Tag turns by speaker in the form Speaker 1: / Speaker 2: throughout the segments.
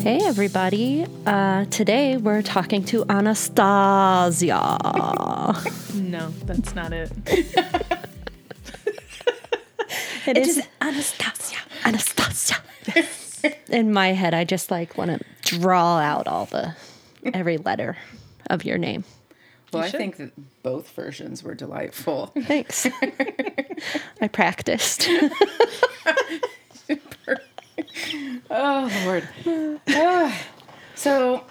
Speaker 1: Hey, everybody. Uh, today we're talking to Anastasia.
Speaker 2: No, that's not it.
Speaker 1: it is Anastasia. Anastasia. In my head, I just like want to draw out all the every letter of your name.
Speaker 3: Well, I think that both versions were delightful.
Speaker 1: Thanks. I practiced.
Speaker 3: Oh Lord. Ah. so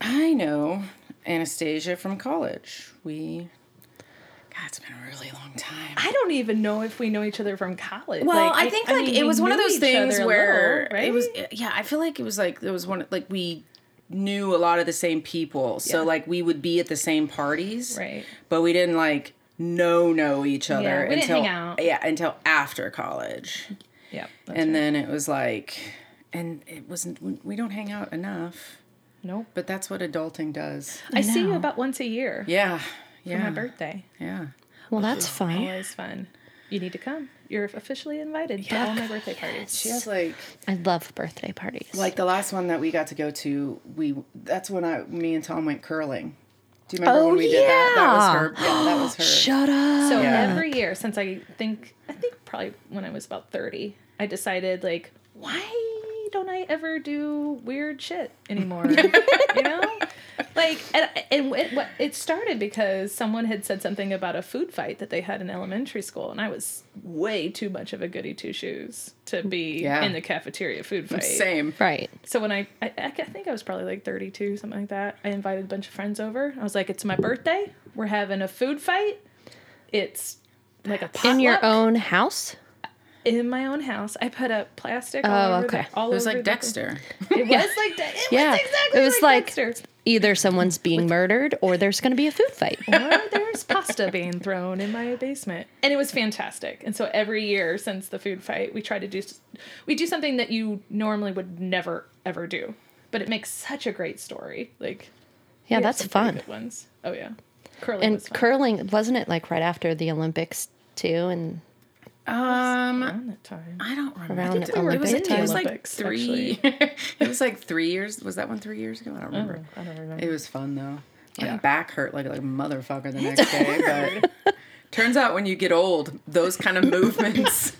Speaker 3: I know Anastasia from college. We God, it's been a really long time.
Speaker 2: I don't even know if we know each other from college.
Speaker 3: Well, I think like
Speaker 2: mean,
Speaker 3: it
Speaker 2: we
Speaker 3: was one of
Speaker 2: knew
Speaker 3: those
Speaker 2: each
Speaker 3: things
Speaker 2: other a
Speaker 3: where
Speaker 2: little, right?
Speaker 3: it was yeah, I feel like it was like there was one like we knew a lot of the same people. So
Speaker 2: Yeah.
Speaker 3: like we would be at the same parties.
Speaker 2: Right.
Speaker 3: But we didn't like know know each other
Speaker 2: Yeah, we didn't
Speaker 3: until
Speaker 2: hang out.
Speaker 3: yeah, until after college.
Speaker 2: yeah.
Speaker 3: and then it was like and it wasn't we- we don't hang out enough
Speaker 2: nope.
Speaker 3: but that's what adulting does
Speaker 2: I, see you about once a year
Speaker 3: yeah yeah
Speaker 2: for my birthday.
Speaker 3: yeah
Speaker 1: Well, that's fun.
Speaker 2: Always fun. You need to come. You're officially invited to all my birthday parties.
Speaker 3: she has like
Speaker 1: I love birthday parties.
Speaker 3: like the last one that we got to go to we that's when i me and tom went curling do you remember
Speaker 1: Oh,
Speaker 3: when we did that that was her
Speaker 1: yeah.
Speaker 3: yeah that was her
Speaker 1: Shut up.
Speaker 2: So
Speaker 3: Yeah.
Speaker 2: every year since I think I think probably when I was about 30, I decided like why don't I ever do weird shit anymore? you know? Like and, and it, what it started because someone had said something about a food fight that they had in elementary school and I was way too much of a goody two shoes to be
Speaker 3: Yeah.
Speaker 2: in the cafeteria food fight.
Speaker 3: same
Speaker 1: right.
Speaker 2: So when I, I I think I was probably like 32 something like that. I invited a bunch of friends over. I was like, "It's my birthday. We're having a food fight. It's like a potluck
Speaker 1: In your own house?
Speaker 2: in my own house. I put up plastic.
Speaker 1: Oh,
Speaker 2: all over
Speaker 1: okay.
Speaker 2: The, all
Speaker 3: it was
Speaker 2: over
Speaker 3: like
Speaker 2: the-
Speaker 3: dexter
Speaker 2: It was like De- it
Speaker 1: Yeah.
Speaker 2: was exactly
Speaker 1: It was
Speaker 2: like,
Speaker 1: like-
Speaker 2: Dexter.
Speaker 1: Either someone's being murdered or there's going to be a food fight.
Speaker 2: or there's pasta being thrown in my basement and it was fantastic and so every year since the food fight we try to do s- we do something that you normally would never ever do but it makes such a great story like
Speaker 1: Yeah,
Speaker 2: we had
Speaker 1: that's
Speaker 2: some pretty
Speaker 1: fun.
Speaker 2: good ones oh yeah curling
Speaker 1: And
Speaker 2: was fun.
Speaker 1: curling, wasn't it like right after the Olympics too? And
Speaker 3: um
Speaker 2: around that time
Speaker 3: i don't remember
Speaker 1: Around
Speaker 3: I think
Speaker 1: the
Speaker 3: they were- it was,
Speaker 1: Olympic
Speaker 3: it was like
Speaker 2: Olympics,
Speaker 3: three it was like three years was that one three years ago i don't remember
Speaker 2: Oh, i don't remember
Speaker 3: It was fun though. My back hurt like a motherfucker the next day, but turns out when you get old, those kind of movements.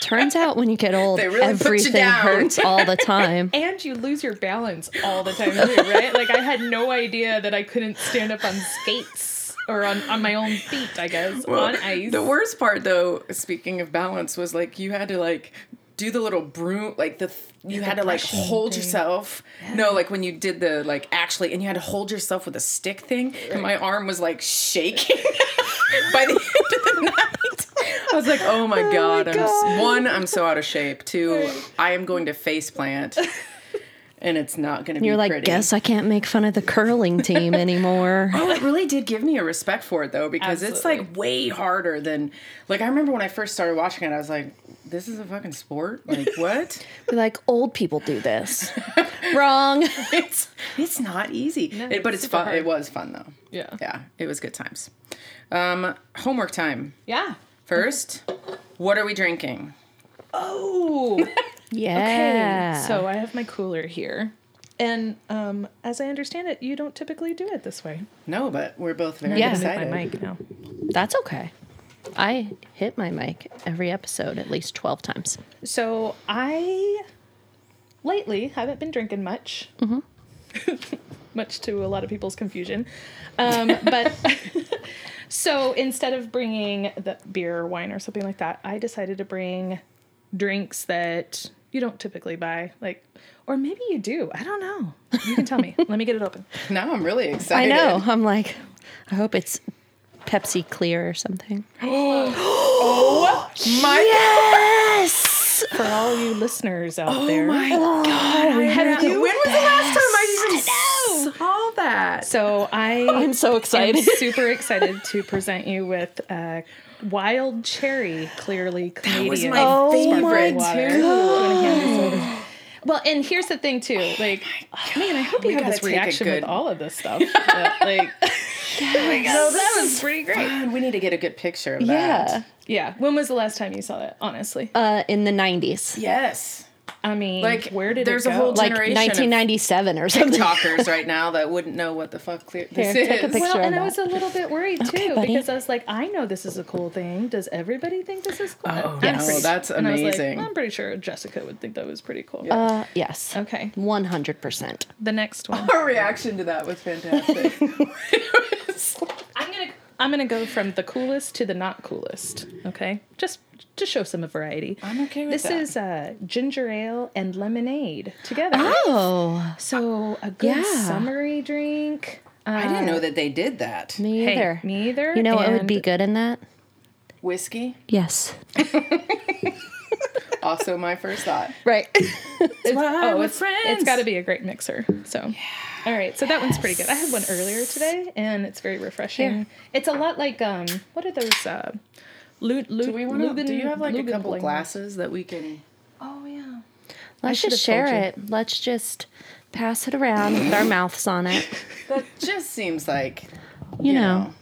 Speaker 1: turns out when you get old,
Speaker 3: They really put you
Speaker 1: everything
Speaker 3: down.
Speaker 1: hurts all the time.
Speaker 2: and you lose your balance all the time too, right? Like I had no idea that I couldn't stand up on skates or on, on my own feet, I guess, on ice.
Speaker 3: The worst part though, speaking of balance, was like you had to like do the little broom, like the you had to like
Speaker 2: brushing
Speaker 3: hold
Speaker 2: thing.
Speaker 3: yourself. No, like when you did the like actually, and you had to hold yourself with a stick thing, and my arm was like shaking by the end of the night. I was like, oh my god, I'm s- one, I'm so out of shape. Two, I am going to face plant, and it's not going to be.
Speaker 1: You're like,
Speaker 3: pretty.
Speaker 1: guess I can't make fun of the curling team anymore.
Speaker 3: Oh, it really did give me a respect for it though, because it's like
Speaker 2: Absolutely.
Speaker 3: way harder than like I remember when I first started watching it, I was like, this is a fucking sport? Like what?
Speaker 1: Be like, old people do this. Wrong.
Speaker 3: it's it's not easy. It- but
Speaker 2: it's
Speaker 3: it's
Speaker 2: super
Speaker 3: fun
Speaker 2: hard.
Speaker 3: it was fun though.
Speaker 2: Yeah.
Speaker 3: Yeah. It was good times. Um homework time.
Speaker 2: Yeah.
Speaker 3: First, what are we drinking?
Speaker 2: Oh.
Speaker 1: Yeah.
Speaker 2: Okay. So I have my cooler here. And um, as I understand it, you don't typically do it this way.
Speaker 3: No, but we're both very
Speaker 1: Yeah.
Speaker 3: excited.
Speaker 2: My mic now.
Speaker 1: That's okay. I hit my mic every episode at least 12 times.
Speaker 2: So I lately haven't been drinking much. Mm-hmm. much to a lot of people's confusion. Um, but so instead of bringing the beer or wine or something like that, I decided to bring drinks that you don't typically buy, like, or maybe you do. I don't know. You can tell me. Let me get it open.
Speaker 3: Now I'm really
Speaker 1: I
Speaker 3: excited.
Speaker 1: know. I'm like, I hope it's Pepsi Clear or something.
Speaker 3: My Oh
Speaker 1: Yes!
Speaker 2: For all you listeners out there.
Speaker 3: Have you- when was the last time I even saw that?
Speaker 2: So I
Speaker 1: I'm so
Speaker 2: I'm
Speaker 1: excited.
Speaker 2: super excited to present you with uh, wild cherry, clearly Canadian.
Speaker 3: was my
Speaker 1: Oh my
Speaker 3: favorite
Speaker 2: water.
Speaker 3: too.
Speaker 2: Do you wanna hand this over? Well, and here's the thing too.
Speaker 3: Oh
Speaker 2: Like, man, I hope you
Speaker 3: We
Speaker 2: have
Speaker 3: gotta
Speaker 2: this
Speaker 3: take a
Speaker 2: reaction
Speaker 3: good- Oh
Speaker 2: with all of this stuff. But, like,
Speaker 3: No, that was
Speaker 2: pretty
Speaker 3: fun. We need to get a good picture of that.
Speaker 1: yeah.
Speaker 2: Yeah. When was the last time you saw that? Honestly.
Speaker 1: Uh, in the 90s.
Speaker 3: Yes.
Speaker 2: I mean,
Speaker 3: Like,
Speaker 2: where did
Speaker 3: there's
Speaker 2: it
Speaker 3: a
Speaker 2: go?
Speaker 3: whole
Speaker 1: like
Speaker 3: generation of
Speaker 1: 1997 or something.
Speaker 3: talkers right now that wouldn't know what the fuck clear this
Speaker 1: Here, take a
Speaker 3: is.
Speaker 1: picture.
Speaker 2: well,
Speaker 1: of
Speaker 2: and I
Speaker 1: that.
Speaker 2: was a little bit worried
Speaker 1: Okay,
Speaker 2: too
Speaker 1: buddy.
Speaker 2: because I was like, I know this is a cool thing. Does everybody think this is cool?
Speaker 3: Oh,
Speaker 2: I'm
Speaker 3: yes.
Speaker 2: pretty-
Speaker 3: that's
Speaker 2: and I was like,
Speaker 3: amazing.
Speaker 2: I'm pretty sure Jessica would think that was pretty cool.
Speaker 1: Uh, yes.
Speaker 2: Okay,
Speaker 1: 100%.
Speaker 2: the next one.
Speaker 3: Her reaction to that was fantastic. It was like-
Speaker 2: I'm gonna I'm gonna go from the coolest to the not coolest. Okay, just to show some variety.
Speaker 3: I'm okay with
Speaker 2: This
Speaker 3: that.
Speaker 2: is uh, ginger ale and lemonade together.
Speaker 1: Oh,
Speaker 2: So a good
Speaker 1: Yeah.
Speaker 2: summery drink.
Speaker 3: I didn't know that they did that.
Speaker 1: uh, me
Speaker 2: Hey,
Speaker 1: either.
Speaker 2: me either.
Speaker 1: You know what would be
Speaker 2: and
Speaker 1: good in that?
Speaker 3: Whiskey,
Speaker 1: Yes.
Speaker 3: also my first thought.
Speaker 1: Right.
Speaker 2: It's,
Speaker 3: Why
Speaker 2: oh,
Speaker 3: we're
Speaker 2: it's,
Speaker 3: friends.
Speaker 2: it's got to be a great mixer. So, all right. So that one's pretty good. I had one earlier today, and it's very refreshing.
Speaker 1: Here.
Speaker 2: It's a lot like um, what are those? Uh, Lu- Lu-
Speaker 3: Do we want to? Do
Speaker 2: Lugan-
Speaker 3: you have like a couple
Speaker 2: Lugenbling?
Speaker 3: glasses that we can?
Speaker 2: Oh yeah.
Speaker 1: Let's
Speaker 2: should've
Speaker 1: just share
Speaker 2: told you.
Speaker 1: it. Let's just pass it around with our mouths on it.
Speaker 3: That just seems like
Speaker 1: You, know.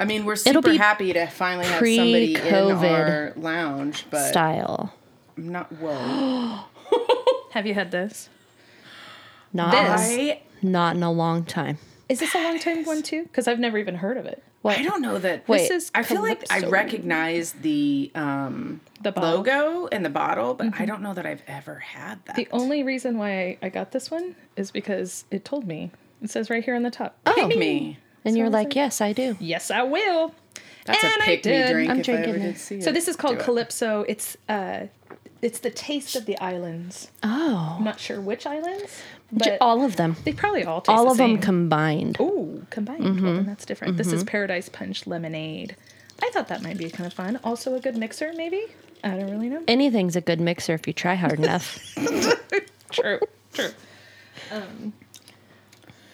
Speaker 3: I mean, we're
Speaker 1: It'll
Speaker 3: super
Speaker 1: be
Speaker 3: happy to finally have somebody in
Speaker 1: pre-COVID
Speaker 3: our lounge, but
Speaker 1: style.
Speaker 3: I'm not whoa.
Speaker 2: Have you had this?
Speaker 1: Not
Speaker 2: This.
Speaker 1: in-
Speaker 3: I
Speaker 1: not in a long time.
Speaker 2: Is this a long time one too? Because I've never even heard of it.
Speaker 1: What?
Speaker 3: I don't know that.
Speaker 1: Wait.
Speaker 2: This is
Speaker 3: I feel like I
Speaker 2: Calypso.
Speaker 3: recognize the um,
Speaker 2: The bottle.
Speaker 3: logo and the bottle, but I don't know that I've ever had
Speaker 2: Mm-hmm.
Speaker 3: that.
Speaker 2: The only reason why I got this one is because it told me. It says right here on the top.
Speaker 1: Oh,
Speaker 3: pick me.
Speaker 1: and you're like, yes, I do.
Speaker 2: Yes, I will.
Speaker 3: That's
Speaker 2: And
Speaker 3: a
Speaker 2: I
Speaker 3: pick me
Speaker 2: did.
Speaker 3: drink.
Speaker 1: I'm
Speaker 3: if I ever
Speaker 1: drinking
Speaker 3: did
Speaker 1: it.
Speaker 3: see
Speaker 2: So
Speaker 3: it.
Speaker 2: this is called
Speaker 3: Do it.
Speaker 2: Calypso. It's uh, it's the taste of the islands.
Speaker 1: Oh,
Speaker 2: I'm not sure which islands,
Speaker 1: J-
Speaker 2: but
Speaker 1: all of them.
Speaker 2: they probably all taste
Speaker 1: All
Speaker 2: the
Speaker 1: of them Mm-hmm.
Speaker 2: same.
Speaker 1: combined.
Speaker 2: Ooh, combined. Well, then that's different. This is Paradise Punch Lemonade. I thought that might be kind of fun. Also a good mixer, maybe. I don't really know.
Speaker 1: Anything's a good mixer if you try hard enough.
Speaker 2: True. True. Um,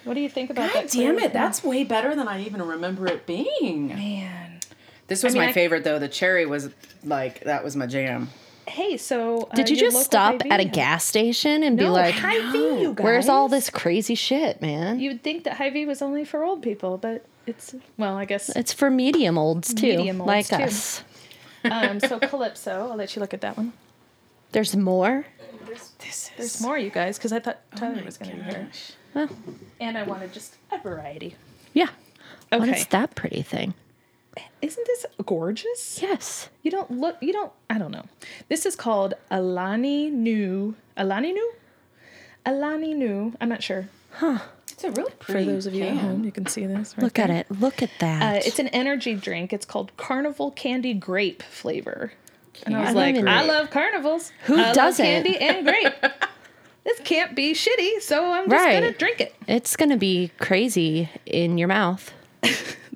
Speaker 2: what do you think about
Speaker 3: God
Speaker 2: that?
Speaker 3: damn
Speaker 2: flavor?
Speaker 3: it! That's way better than I even remember it being.
Speaker 2: man.
Speaker 3: This
Speaker 2: I
Speaker 3: was
Speaker 2: mean,
Speaker 3: my
Speaker 2: I-
Speaker 3: favorite though. The cherry was like that was my jam.
Speaker 2: Hey, so uh,
Speaker 1: Did you
Speaker 2: your
Speaker 1: just
Speaker 2: local
Speaker 1: stop at a
Speaker 2: Hy-Vee-
Speaker 1: gas station and be
Speaker 2: No,
Speaker 1: like,
Speaker 2: Hy-Vee, you guys.
Speaker 1: where's all this crazy shit, man?
Speaker 2: You'd think that Hy-Vee was only for old people, but it's well, I guess.
Speaker 1: it's for medium olds too,
Speaker 2: Medium olds,
Speaker 1: like
Speaker 2: too.
Speaker 1: us.
Speaker 2: Um, so Calypso, I'll let you look at that one.
Speaker 1: There's more.
Speaker 3: This is
Speaker 2: There's more, you guys, because I thought
Speaker 1: Oh
Speaker 2: Tyler
Speaker 3: my
Speaker 2: was going to be here,
Speaker 3: gosh.
Speaker 1: Well,
Speaker 2: and I wanted just a variety.
Speaker 1: yeah. What
Speaker 2: Okay,
Speaker 1: is that pretty thing?
Speaker 2: isn't this gorgeous?
Speaker 1: Yes.
Speaker 2: You don't look. You don't. I don't know. This is called Alani Nu. Alani Nu. Alani Nu. I'm not sure.
Speaker 3: It's a really
Speaker 2: For
Speaker 3: pretty.
Speaker 2: those of you at
Speaker 3: can.
Speaker 2: home, you can see this. Right
Speaker 1: Look at it. Look at
Speaker 2: Uh,
Speaker 1: that.
Speaker 2: it's an energy drink. It's called Carnival Candy Grape flavor. And I was
Speaker 1: Candy
Speaker 2: like,
Speaker 1: grape.
Speaker 2: I love carnivals.
Speaker 1: Who
Speaker 2: I love
Speaker 1: doesn't?"
Speaker 2: candy and grape? this can't be shitty, so I'm just gonna
Speaker 1: Right.
Speaker 2: drink it.
Speaker 1: it's gonna be crazy in your mouth.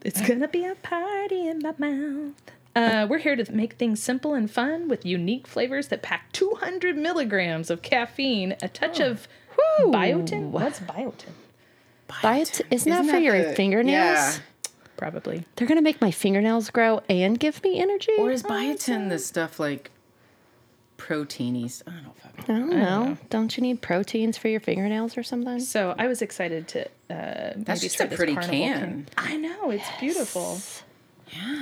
Speaker 2: It's gonna be a party in my mouth. Uh, we're here to make things simple and fun with unique flavors that pack 200 milligrams of caffeine, a touch
Speaker 3: Oh.
Speaker 2: of biotin. What's biotin?
Speaker 1: Bites. Isn't, that
Speaker 3: Isn't
Speaker 1: for
Speaker 3: that
Speaker 1: your
Speaker 3: the-
Speaker 1: fingernails?
Speaker 3: yeah.
Speaker 2: Probably.
Speaker 1: They're gonna make my fingernails grow and give me energy.
Speaker 3: Or is biotin the stuff like proteiny? s- I don't fucking.
Speaker 1: I don't know. Don't you need proteins for your fingernails or something?
Speaker 2: So I was excited to. Uh,
Speaker 3: That's
Speaker 2: maybe
Speaker 3: just
Speaker 2: try
Speaker 3: a
Speaker 2: this
Speaker 3: pretty
Speaker 2: Carnival
Speaker 3: can.
Speaker 2: I know it's beautiful.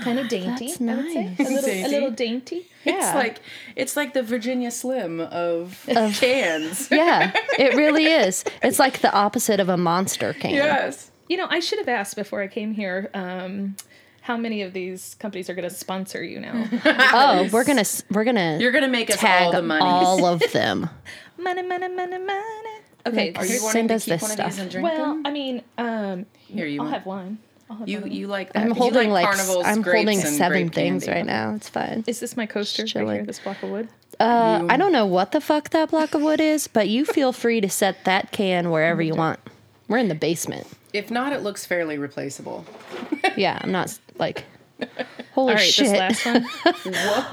Speaker 2: Kind of dainty.
Speaker 1: That's
Speaker 2: I would say.
Speaker 1: nice.
Speaker 2: A little, a
Speaker 3: Dainty.
Speaker 2: little dainty.
Speaker 1: Yeah.
Speaker 3: It's like it's like the Virginia Slim of, cans.
Speaker 1: Yeah, it really is. It's like the opposite of a monster can.
Speaker 3: yes.
Speaker 2: You know, I should have asked before I came here. Um, how many of these companies are going to sponsor you now?
Speaker 1: Oh, we're gonna s- we're gonna
Speaker 3: You're gonna make us
Speaker 1: tag
Speaker 3: all the money.
Speaker 1: all of them.
Speaker 2: money, money, money, money. Okay.
Speaker 1: Are
Speaker 3: Are you
Speaker 1: Send
Speaker 3: wanting to
Speaker 1: us
Speaker 3: keep one
Speaker 1: this
Speaker 3: of these
Speaker 1: stuff.
Speaker 3: and drink
Speaker 2: well,
Speaker 3: them?
Speaker 2: I mean, um,
Speaker 3: Here you
Speaker 2: I'll
Speaker 3: want.
Speaker 2: have one. I'll have
Speaker 3: you
Speaker 2: one.
Speaker 3: you like that?
Speaker 1: I'm holding
Speaker 3: you
Speaker 1: like,
Speaker 3: like,
Speaker 1: s-
Speaker 3: carnivals,
Speaker 1: I'm
Speaker 3: grapes,
Speaker 1: holding
Speaker 3: and
Speaker 1: seven
Speaker 3: grape
Speaker 1: things
Speaker 3: candy.
Speaker 1: right now. It's fine.
Speaker 2: Is this my coaster right here?
Speaker 1: chilling.
Speaker 2: This block of wood.
Speaker 1: Uh, I don't know what the fuck that block of wood is, but you feel free to set that can wherever you want. We're in the basement.
Speaker 3: If not, it looks fairly replaceable.
Speaker 1: Yeah, I'm not s- like holy Oh,
Speaker 2: All right,
Speaker 1: shit.
Speaker 2: this last one.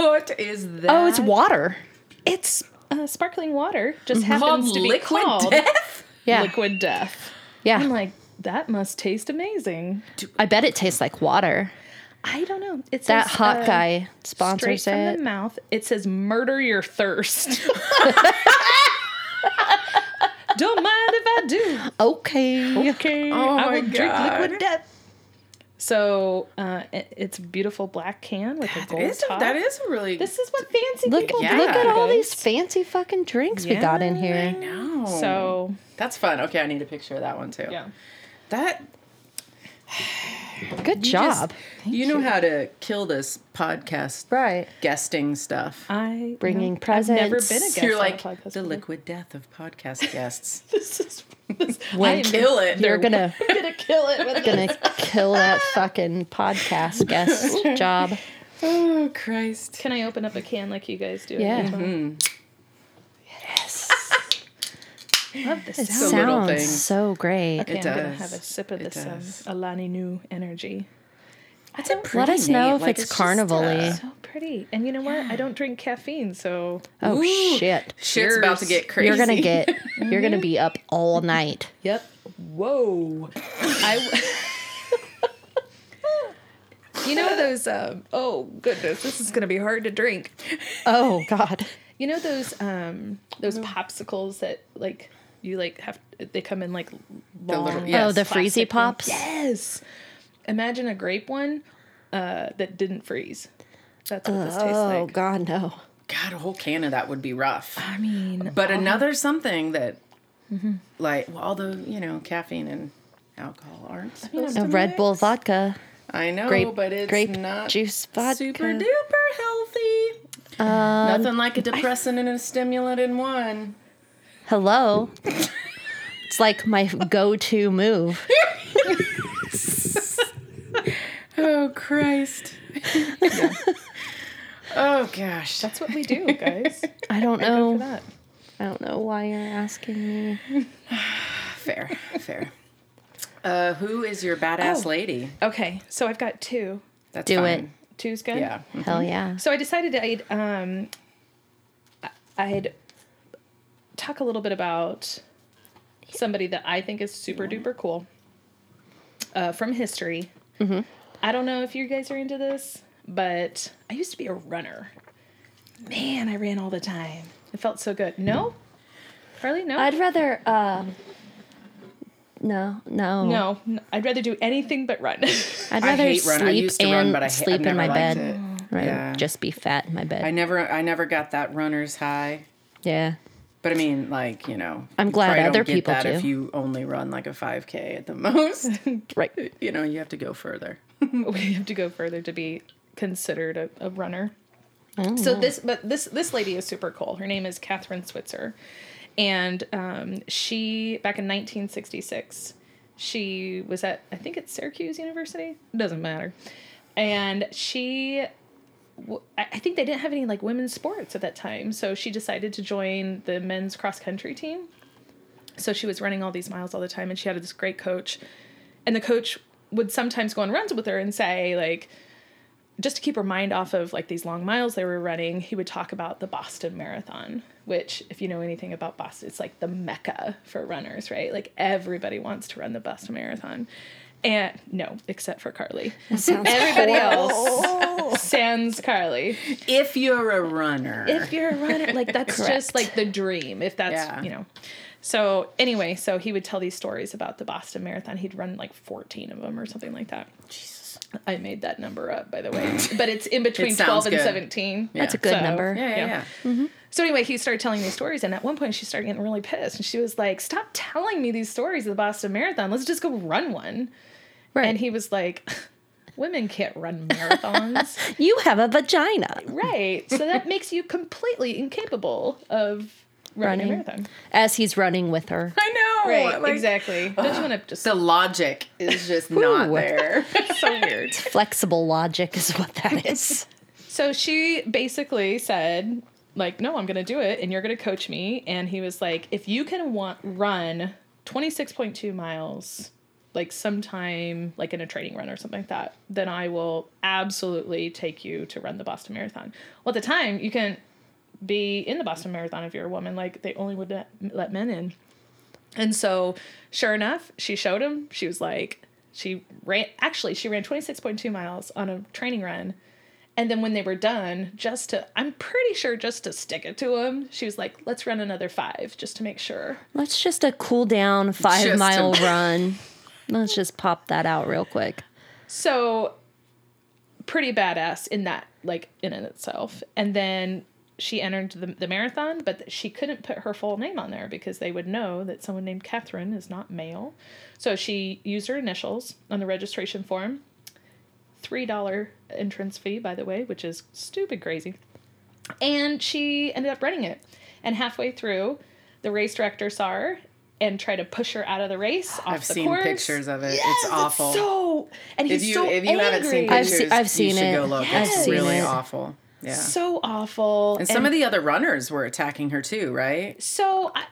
Speaker 3: What is that?
Speaker 1: oh, it's water.
Speaker 2: it's uh, sparkling water. Just happens
Speaker 3: called
Speaker 2: to be
Speaker 3: liquid
Speaker 2: called
Speaker 3: death.
Speaker 1: Yeah,
Speaker 2: liquid death.
Speaker 1: yeah.
Speaker 2: I'm like, that must taste amazing.
Speaker 1: I bet it tastes like water.
Speaker 2: I don't know. It's
Speaker 1: That hot guy sponsors
Speaker 2: uh, straight from
Speaker 1: it.
Speaker 2: the mouth. It says murder your thirst. don't mind if I do.
Speaker 1: Okay.
Speaker 2: Okay.
Speaker 3: Oh
Speaker 2: I
Speaker 3: my
Speaker 2: will drink
Speaker 3: Oh God.
Speaker 2: liquid death. So uh, it- it's a beautiful black can with a
Speaker 3: That
Speaker 2: gold
Speaker 3: is a,
Speaker 2: top.
Speaker 3: that is a really
Speaker 2: This is what fancy
Speaker 1: Look,
Speaker 2: people
Speaker 3: yeah.
Speaker 2: do,
Speaker 1: look at all
Speaker 2: guys.
Speaker 1: these fancy fucking drinks we got in
Speaker 3: I
Speaker 1: here.
Speaker 3: know.
Speaker 2: So
Speaker 3: that's fun. Okay, I need a picture of that one too.
Speaker 2: yeah,
Speaker 3: That
Speaker 1: Good
Speaker 3: you just-
Speaker 1: job.
Speaker 3: you know how to kill this podcast
Speaker 1: Right.
Speaker 3: guesting stuff.
Speaker 2: I
Speaker 1: Bringing
Speaker 2: I've never
Speaker 1: presents.
Speaker 2: been a guest
Speaker 3: You're
Speaker 2: on
Speaker 3: like
Speaker 2: a podcast
Speaker 3: the
Speaker 2: before.
Speaker 3: liquid death of podcast guests.
Speaker 2: This is this,
Speaker 1: When
Speaker 2: I am
Speaker 3: Kill it.
Speaker 1: You're gonna
Speaker 2: gonna kill it with
Speaker 1: gonna kill that fucking podcast guest job.
Speaker 3: Oh Christ.
Speaker 2: Can I open up a can like you guys do?
Speaker 1: Yeah.
Speaker 3: Mm-hmm.
Speaker 2: love this.
Speaker 1: It
Speaker 3: So
Speaker 2: sound.
Speaker 3: little
Speaker 1: sounds
Speaker 3: things.
Speaker 1: so great.
Speaker 2: Okay,
Speaker 3: It
Speaker 2: I'm gonna
Speaker 3: does.
Speaker 2: have a sip of
Speaker 3: It
Speaker 2: this um,
Speaker 3: does.
Speaker 2: Alani Nu energy.
Speaker 3: That's a pretty
Speaker 1: Let us know
Speaker 3: name.
Speaker 1: if
Speaker 3: Like,
Speaker 1: it's
Speaker 3: just, uh,
Speaker 1: carnival-y.
Speaker 2: So pretty. And you know what? I don't drink caffeine, so
Speaker 1: Oh
Speaker 3: Ooh,
Speaker 1: shit.
Speaker 3: Shit's about to get crazy.
Speaker 1: You're gonna get you're gonna be up all night.
Speaker 2: Yep. Whoa. I. you know those. Um, oh goodness, this is gonna be hard to drink.
Speaker 1: Oh god.
Speaker 2: You know those um those popsicles that like you like have they come in like long
Speaker 3: little- yes.
Speaker 1: Oh, the
Speaker 2: plastic
Speaker 1: Freezy
Speaker 2: thing.
Speaker 1: Pops?
Speaker 2: Yes. Imagine a grape one uh that didn't freeze. That's what this tastes
Speaker 1: Oh
Speaker 2: like.
Speaker 1: god no.
Speaker 3: God, a whole can of that would be rough.
Speaker 2: I mean,
Speaker 3: But another something that,
Speaker 1: Mm-hmm.
Speaker 3: like, well, although you know, caffeine and alcohol aren't. supposed
Speaker 1: A
Speaker 3: to
Speaker 1: Red
Speaker 3: mix.
Speaker 1: Bull vodka.
Speaker 3: I know,
Speaker 1: grape-
Speaker 3: but it's
Speaker 1: grape
Speaker 3: not
Speaker 1: juice vodka. Um,
Speaker 3: super duper healthy. Nothing like a depressant and a stimulant in one.
Speaker 1: Hello. It's like my go-to move.
Speaker 3: Oh Christ. Oh gosh.
Speaker 2: that's what we do, guys.
Speaker 1: I don't
Speaker 3: Oh.
Speaker 2: Go for
Speaker 1: know.
Speaker 2: that.
Speaker 1: I don't know why you're asking me.
Speaker 3: Fair, fair. Uh, who is your badass
Speaker 2: Oh.
Speaker 3: lady?
Speaker 2: Okay, so I've got two.
Speaker 3: That's
Speaker 1: Do it.
Speaker 3: fine.
Speaker 2: Two's good.
Speaker 3: Yeah.
Speaker 1: Hell yeah.
Speaker 2: So I decided I'd um, I- I'd talk a little bit about somebody that I think is super duper cool uh, from history. I don't know if you guys are into this, but I used to be a runner. Man, I ran all the time. It felt so good. No, Harley, no,
Speaker 1: I'd rather um no, no.
Speaker 2: no. n- I'd rather do anything but run.
Speaker 1: I'd
Speaker 3: I
Speaker 1: rather
Speaker 3: hate
Speaker 1: sleep
Speaker 3: run. I used to
Speaker 1: and
Speaker 3: run, but I ha-
Speaker 1: sleep
Speaker 3: I've
Speaker 1: in
Speaker 3: never
Speaker 1: my
Speaker 3: liked
Speaker 1: bed.
Speaker 3: it.
Speaker 1: Right.
Speaker 3: Yeah.
Speaker 1: Just be fat in my bed.
Speaker 3: I never, I never got that runner's high.
Speaker 1: yeah.
Speaker 3: But I mean, like you know,
Speaker 1: I'm
Speaker 3: you
Speaker 1: glad
Speaker 3: probably
Speaker 1: other
Speaker 3: don't get
Speaker 1: people
Speaker 3: that If
Speaker 1: do.
Speaker 3: you only run like a 5K at the most,
Speaker 1: Right.
Speaker 3: you know, you have to go further.
Speaker 2: we have to go further to be considered a, a runner. So this, but this this lady is super cool. Her name is Catherine Switzer, and um, she back in 1966, she was at I think it's Syracuse University. Doesn't matter, and she. w- I I think they didn't have any like women's sports at that time, so she decided to join the men's cross country team. So she was running all these miles all the time, and she had this great coach and the coach would sometimes go on runs with her and say like just to keep her mind off of like these long miles they were running he would talk about the boston marathon which if you know anything about boston it's like the mecca for runners right like everybody wants to run the boston marathon and no except for carly
Speaker 1: Sounds
Speaker 2: everybody else sans carly
Speaker 3: If you're a runner,
Speaker 2: if you're a runner like that's just like the dream if that's
Speaker 3: Yeah.
Speaker 2: you know so anyway so he would tell these stories about the boston marathon he'd run like 14 of them or something like that
Speaker 3: Jesus.
Speaker 2: i made that number up by the way but it's in between 12
Speaker 3: sounds
Speaker 2: and
Speaker 3: good.
Speaker 2: 17
Speaker 1: That's a good
Speaker 2: So-
Speaker 1: number.
Speaker 3: yeah, yeah,
Speaker 2: Yeah.
Speaker 3: yeah.
Speaker 2: so anyway, he started telling these stories, and at one point she started getting really pissed, and she was like, "Stop telling me these stories of the Boston Marathon. Let's just go run one."
Speaker 1: Right.
Speaker 2: And he was like, "Women can't run marathons,
Speaker 1: You have a vagina.
Speaker 2: right? So that makes you completely incapable of
Speaker 1: Running.
Speaker 2: running, a marathon,
Speaker 1: As he's running with her.
Speaker 3: I know.
Speaker 2: right?
Speaker 3: like,
Speaker 2: exactly. Don't you want to just
Speaker 3: The logic is just not
Speaker 1: Ooh.
Speaker 3: there.
Speaker 2: so weird?"
Speaker 1: Flexible logic is what that is.
Speaker 2: So she basically said, like, no, I'm going to do it and you're going to coach me. And he was like, if you can want, run 26.2 miles, like sometime, like in a training run or something like that, then I will absolutely take you to run the Boston Marathon. Well, at the time, you can be in the Boston Marathon if you're a woman. Like, they only would let- let men in. And so, sure enough, she showed him. She was like, she ran, actually, she ran 26.2 miles on a training run. And then when they were done, just to, I'm pretty sure just to stick it to him, she was like, let's run another five just to make sure.
Speaker 1: Let's just a cool down five
Speaker 3: Just
Speaker 1: mile
Speaker 3: to-
Speaker 1: run. Let's just pop that out real quick.
Speaker 2: So pretty badass in that, like in and itself. And then she entered the, the marathon, but she couldn't put her full name on there because they would know that someone named Catherine is not male. So she used her initials on the registration form. Three dollar entrance fee, by the way, which is stupid crazy. And she ended up running it. And halfway through, the race director saw her and tried to push her out of the race off
Speaker 3: I've
Speaker 2: the
Speaker 3: seen
Speaker 2: course.
Speaker 3: pictures of it.
Speaker 2: Yes,
Speaker 3: it's awful.
Speaker 2: so and he's
Speaker 3: if you
Speaker 2: so
Speaker 3: if you haven't seen
Speaker 2: angry.
Speaker 1: I've
Speaker 3: pictures,
Speaker 1: se- I've seen
Speaker 3: you should
Speaker 1: it.
Speaker 3: go look.
Speaker 1: Yes.
Speaker 3: It's really
Speaker 1: Seen it.
Speaker 3: awful. Yeah.
Speaker 2: so awful.
Speaker 3: and some of the other runners were attacking her too, right?
Speaker 2: so I,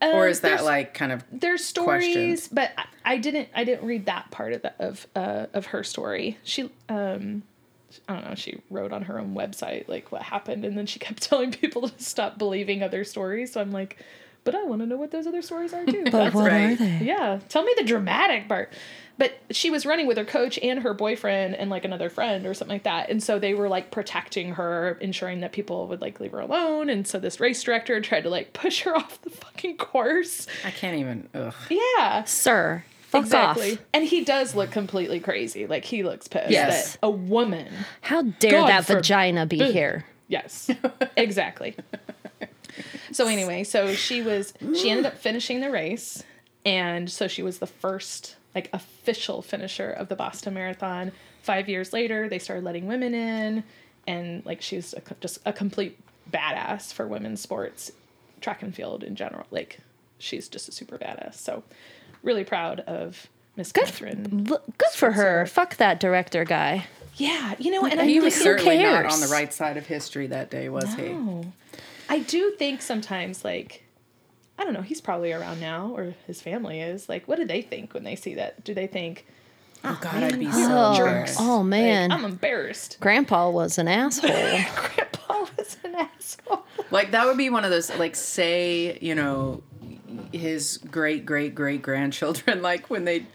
Speaker 2: I,
Speaker 3: Or
Speaker 2: um,
Speaker 3: is that
Speaker 2: there's-
Speaker 3: like kind of
Speaker 2: there's stories,
Speaker 3: questions.
Speaker 2: but I, I didn't I didn't read that part of the, of uh, of her story. She um I don't know, she wrote on her own website like what happened and then she kept telling people to stop believing other stories. So I'm like, but I want to know what those other stories are too.
Speaker 1: But
Speaker 2: That's-
Speaker 1: what are
Speaker 3: right.
Speaker 1: they?
Speaker 2: yeah, tell me the dramatic part. But she was running with her coach and her boyfriend and like another friend or something like that. And so they were like protecting her, ensuring that people would like leave her alone. And so this race director tried to like push her off the fucking course.
Speaker 3: I can't even. Ugh.
Speaker 2: Yeah.
Speaker 1: Sir, fuck off.
Speaker 2: And he does look completely crazy. Like he looks pissed
Speaker 3: Yes.
Speaker 2: that a woman.
Speaker 1: How dare
Speaker 2: God
Speaker 1: that
Speaker 2: forbid.
Speaker 1: vagina be here?
Speaker 2: Yes. exactly. So anyway, so she was she ended up finishing the race and so she was the first like official finisher of the Boston Marathon. 5 years later, they started letting women in and like she's a, co- just a complete badass for women's sports, track and field in general. Like she's just a super badass. So really proud of Miss Catherine.
Speaker 1: Look, good for her. Fuck that director guy.
Speaker 2: Yeah, you know, and I
Speaker 3: He was
Speaker 2: think-
Speaker 3: certainly not
Speaker 1: cares?
Speaker 3: on the right side of history that day, was he?
Speaker 2: Oh. I do think sometimes, like, I don't know, he's probably around now, or his family is. Like, what do they think when they see that? Do they think,
Speaker 3: Oh God, I'd be so
Speaker 1: Oh,
Speaker 3: embarrassed.
Speaker 1: oh
Speaker 2: like,
Speaker 1: man.
Speaker 2: I'm embarrassed?
Speaker 1: Grandpa was an asshole.
Speaker 2: Grandpa was an asshole.
Speaker 3: Like that would be one of those like say, you know, his great great great grandchildren like when they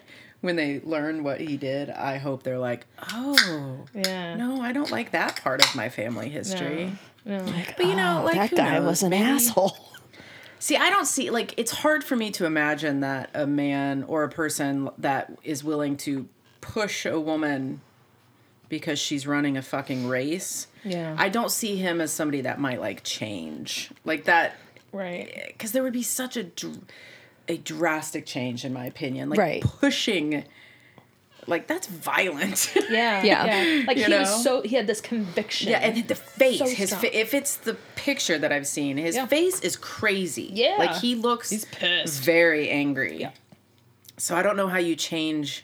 Speaker 3: when they learn what he did, I hope they're like, "Oh,
Speaker 2: Yeah.
Speaker 3: no, I don't like that part of my family history."
Speaker 2: No.
Speaker 3: But you know, like
Speaker 1: "Oh, that
Speaker 3: who
Speaker 1: guy
Speaker 3: knows?
Speaker 1: was an
Speaker 3: Maybe-
Speaker 1: asshole.
Speaker 3: See, I don't see like it's hard for me to imagine that a man or a person that is willing to push a woman because she's running a fucking race.
Speaker 2: Yeah.
Speaker 3: I don't see him as somebody that might like change. Like that
Speaker 2: right.
Speaker 3: because there would be such a dr- a drastic change in my opinion. Like
Speaker 1: Right.
Speaker 3: pushing like that's violent.
Speaker 2: Yeah.
Speaker 1: Yeah.
Speaker 2: Like,
Speaker 3: You
Speaker 2: he
Speaker 3: know?
Speaker 2: was so, he had this conviction.
Speaker 3: Yeah, and the face,
Speaker 2: So
Speaker 3: his
Speaker 2: strong.
Speaker 3: fa- if it's the picture that I've seen, his
Speaker 2: Yeah.
Speaker 3: face is crazy.
Speaker 2: Yeah.
Speaker 3: like he looks
Speaker 2: He's pissed.
Speaker 3: very angry. So I don't know how you change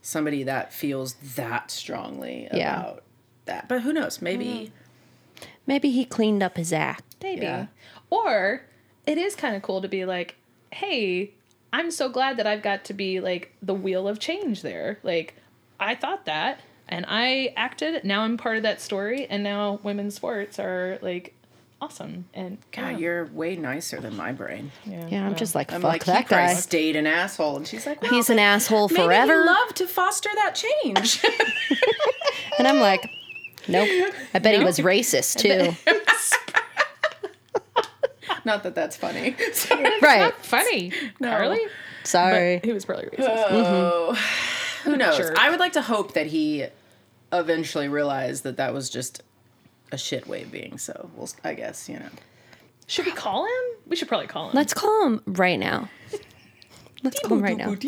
Speaker 3: somebody that feels that strongly about
Speaker 1: Yeah. Mm-hmm.
Speaker 3: that. But who knows? Maybe
Speaker 1: Maybe he cleaned up his act.
Speaker 2: Maybe.
Speaker 3: Yeah.
Speaker 2: Or it is kind of cool to be like, hey, I'm so glad that I've got to be like the wheel of change there. Like, I thought that and I acted. Now I'm part of that story. And now women's sports are like awesome. And
Speaker 3: God, you're way nicer than my brain.
Speaker 1: Yeah, I'm just like,
Speaker 3: I'm
Speaker 1: fuck
Speaker 3: like, he
Speaker 1: that
Speaker 3: probably
Speaker 1: guy.
Speaker 3: stayed an asshole, and she's like, well,
Speaker 1: He's an asshole
Speaker 3: maybe
Speaker 1: forever.
Speaker 3: He loved to foster that change.
Speaker 1: and I'm like, nope. I bet he was racist too.
Speaker 3: Not that that's funny.
Speaker 1: right.
Speaker 2: funny. Carly?
Speaker 1: Sorry.
Speaker 2: He was probably racist.
Speaker 3: Oh, who knows?
Speaker 2: Jerk.
Speaker 3: I would like to hope that he eventually realized that that was just a shit way of being. So, we'll, I guess you know.
Speaker 2: should we call him? We should probably call him.
Speaker 1: Let's call him right now. Let's call him right now.
Speaker 3: We'd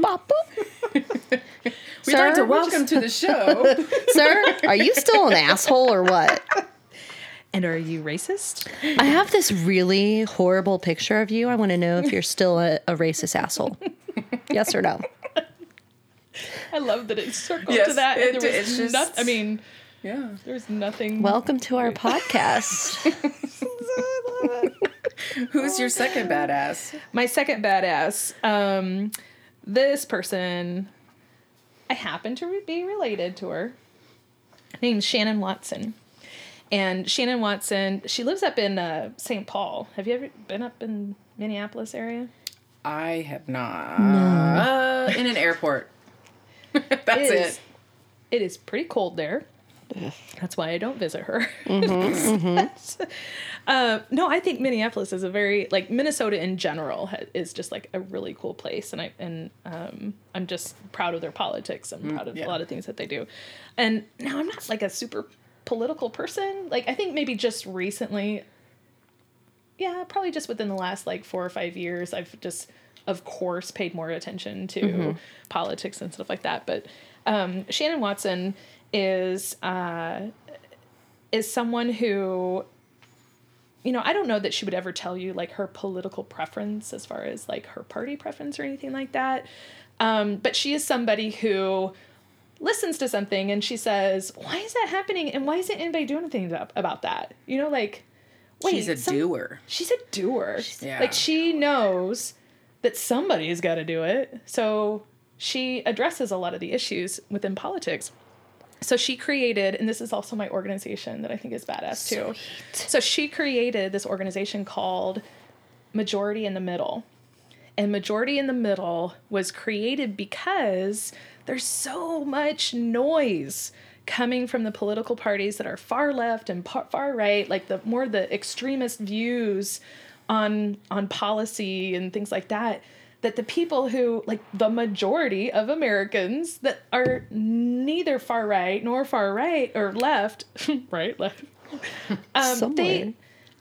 Speaker 1: Bop, boop.
Speaker 3: like to
Speaker 1: Sir,
Speaker 3: welcome to the show.
Speaker 1: Sir, are you still an asshole or what?
Speaker 2: and are you racist?
Speaker 1: I have this really horrible picture of you. I want to know if you're still a, a racist asshole. yes or no?
Speaker 2: I love that it circled to
Speaker 3: Yes,
Speaker 2: that. and
Speaker 3: it-
Speaker 2: there was
Speaker 3: it's just-
Speaker 2: noth- I mean,
Speaker 3: yeah.
Speaker 2: there's nothing.
Speaker 1: Welcome to our podcast.
Speaker 3: Who's your second badass?
Speaker 2: my second badass um this person i happen to re- be related to her named shannon watson and shannon watson she lives up in uh, st paul have you ever been up in minneapolis area
Speaker 3: I have not. Uh, in an airport. That's
Speaker 2: It is-
Speaker 3: it.
Speaker 2: it is pretty cold there That's why I don't visit her. Uh, no, I think Minneapolis is a very like Minnesota in general ha- is just like a really cool place, and I and um, I'm just proud of their politics. I'm proud of a
Speaker 3: yeah.
Speaker 2: lot of things that they do. And now I'm not like a super political person. Like I think maybe just recently, yeah, probably just within the last like four or five years, I've just of course paid more attention to politics and stuff like that. But um, Shannon Watson is uh, is someone who you know, I don't know that she would ever tell you like her political preference as far as like her party preference or anything like that. Um, but she is somebody who listens to something and she says, "Why is that happening? And why isn't anybody doing anything ab- about that?" You know, like, wait,
Speaker 3: She's a
Speaker 2: some-
Speaker 3: doer.
Speaker 2: She's a doer.
Speaker 3: Yeah.
Speaker 2: Like she knows that somebody's got to do it. So she addresses a lot of the issues within politics. So she created, and this is also my organization that I think is badass too. So she created this organization called Majority in the Middle. And Majority in the Middle was created because there's so much noise coming from the political parties that are far left and par- far right, like the more the extremist views on on policy and things like that that the people who like the majority of Americans that are neither far right nor far right or left right left um,
Speaker 1: Somewhere.
Speaker 2: they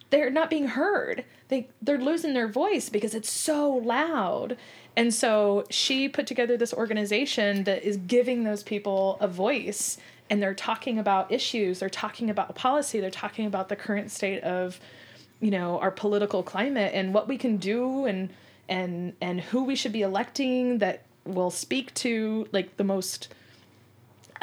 Speaker 2: they're not being heard. They they're losing their voice because it's so loud. And so she put together this organization that is giving those people a voice and they're talking about issues, they're talking about policy, they're talking about the current state of you know, our political climate and what we can do and and and who we should be electing that will speak to like the most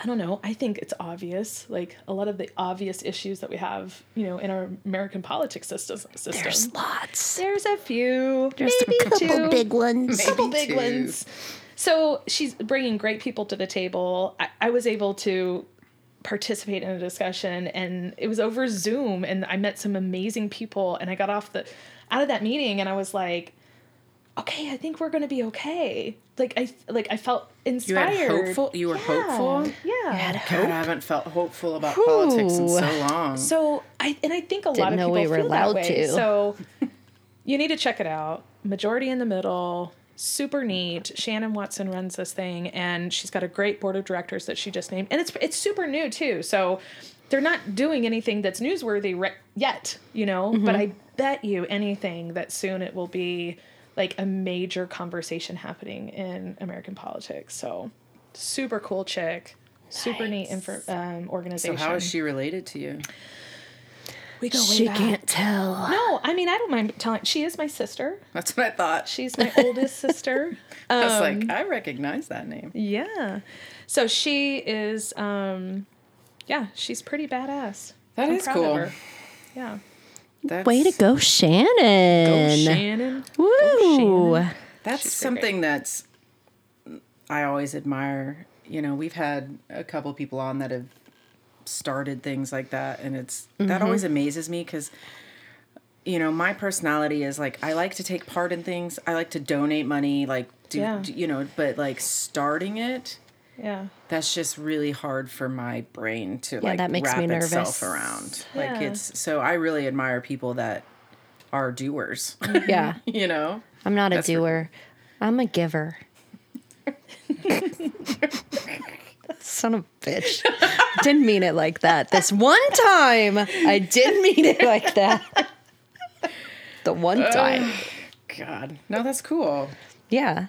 Speaker 2: I don't know. I think it's obvious, like a lot of the obvious issues that we have, you know, in our American politics system. system.
Speaker 1: There's lots.
Speaker 2: There's a few,
Speaker 1: There's
Speaker 2: maybe
Speaker 1: a couple
Speaker 2: two,
Speaker 1: big ones.
Speaker 3: Maybe
Speaker 2: couple big
Speaker 3: two.
Speaker 2: ones. So she's bringing great people to the table. I, I was able to participate in a discussion, and it was over Zoom, and I met some amazing people, and I got off the out of that meeting, and I was like, okay, I think we're gonna be okay. Like I like I felt
Speaker 3: You had
Speaker 2: inspired.
Speaker 3: hopeful. You were
Speaker 2: Yeah.
Speaker 3: hopeful.
Speaker 2: Yeah.
Speaker 3: God, I haven't felt hopeful about politics in so long.
Speaker 2: So I and I think a lot
Speaker 1: Didn't
Speaker 2: of
Speaker 1: know
Speaker 2: people
Speaker 1: we were
Speaker 2: feel
Speaker 1: allowed
Speaker 2: that way.
Speaker 1: to.
Speaker 2: So you need to check it out. Majority in the middle, super neat. Shannon Watson runs this thing, and she's got a great board of directors that she just named, and it's it's super new too. So they're not doing anything that's newsworthy re- yet, you know.
Speaker 1: Mm-hmm.
Speaker 2: But I bet you anything that soon it will be like a major conversation happening in American politics. So super cool chick. Super neat info, um,
Speaker 3: so
Speaker 2: organization.
Speaker 3: how is she related to you?
Speaker 2: We go way
Speaker 1: She
Speaker 2: back.
Speaker 1: can't tell.
Speaker 2: No, I mean I don't mind telling. She is my sister.
Speaker 3: That's what I thought.
Speaker 2: She's my oldest sister.
Speaker 3: I was
Speaker 2: Um,
Speaker 3: like, I recognize that name.
Speaker 2: Yeah. So she is. um Yeah, she's pretty badass.
Speaker 3: That
Speaker 2: I'm
Speaker 3: is
Speaker 2: proud
Speaker 3: cool.
Speaker 2: Of her. Yeah.
Speaker 3: That's,
Speaker 1: Way to go, Oh, Shannon.
Speaker 3: uh,
Speaker 2: Shannon.
Speaker 1: Woo.
Speaker 3: That's something that's I always admire. You know, we've had a couple people on that have started things like that, and it's
Speaker 1: Mm-hmm.
Speaker 3: that always amazes me because you know my personality is like I like to take part in things. I like to donate money, like do,
Speaker 2: Yeah.
Speaker 3: do- you know, but like starting it.
Speaker 2: Yeah.
Speaker 3: That's just really hard for my brain to like
Speaker 1: that makes
Speaker 3: wrap
Speaker 1: me nervous.
Speaker 3: itself around. Like
Speaker 2: Yeah.
Speaker 3: it's so I really admire people that are doers.
Speaker 1: Yeah.
Speaker 3: you know,
Speaker 1: I'm not a
Speaker 3: That's right.
Speaker 1: doer. I'm a giver. Son of a bitch. Didn't mean it like that. This one time, I did mean it like that. The one time.
Speaker 3: God, no, that's cool.
Speaker 1: Yeah.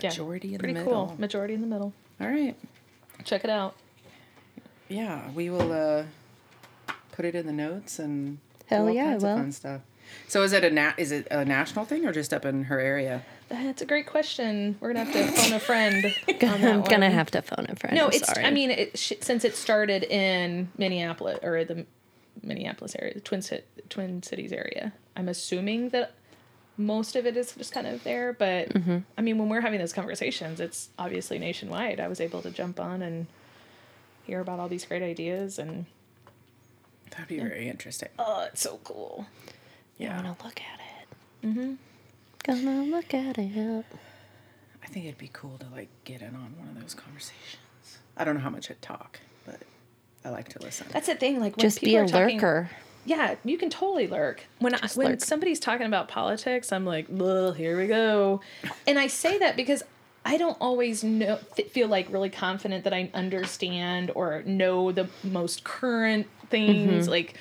Speaker 2: Yeah.
Speaker 3: Majority in the
Speaker 2: pretty
Speaker 3: middle.
Speaker 2: cool. Majority in the middle.
Speaker 3: All right.
Speaker 2: Check it out.
Speaker 3: Yeah, we will uh, put it in the notes and do
Speaker 1: Hell
Speaker 3: all
Speaker 1: yeah, I
Speaker 3: kinds of
Speaker 1: will.
Speaker 3: fun stuff. So is it a na- is it a national thing or just up in her area?
Speaker 2: That's a great question. We're gonna have to phone a friend. on that
Speaker 1: I'm going to
Speaker 2: one.
Speaker 1: have to phone a friend.
Speaker 2: No,
Speaker 1: I'm
Speaker 2: it's.
Speaker 1: Sorry.
Speaker 2: I mean, it, sh- since it started in Minneapolis or the Minneapolis area, the Twin Ci- Twin Cities area, I'm assuming that most of it is just kind of there. But
Speaker 1: Mm-hmm.
Speaker 2: I mean, when we're having those conversations, it's obviously nationwide. I was able to jump on and hear about all these great ideas, and
Speaker 3: That'd be very interesting.
Speaker 2: oh, it's so
Speaker 1: I'm
Speaker 2: cool.
Speaker 3: Yeah,
Speaker 1: going to look at it. Mm-hmm. Gonna look at it.
Speaker 3: I think it'd be cool to like get in on one of those conversations. I don't know how much I'd talk, but I like to listen.
Speaker 2: That's the thing. Like when
Speaker 1: Just be
Speaker 2: people
Speaker 1: a
Speaker 2: are talking-
Speaker 1: lurker.
Speaker 2: Yeah, you can totally lurk. When I, when
Speaker 1: lurk.
Speaker 2: somebody's talking about politics, I'm like, well, here we go, and I say that because I don't always know th- feel like really confident that I understand or know the most current things. Like,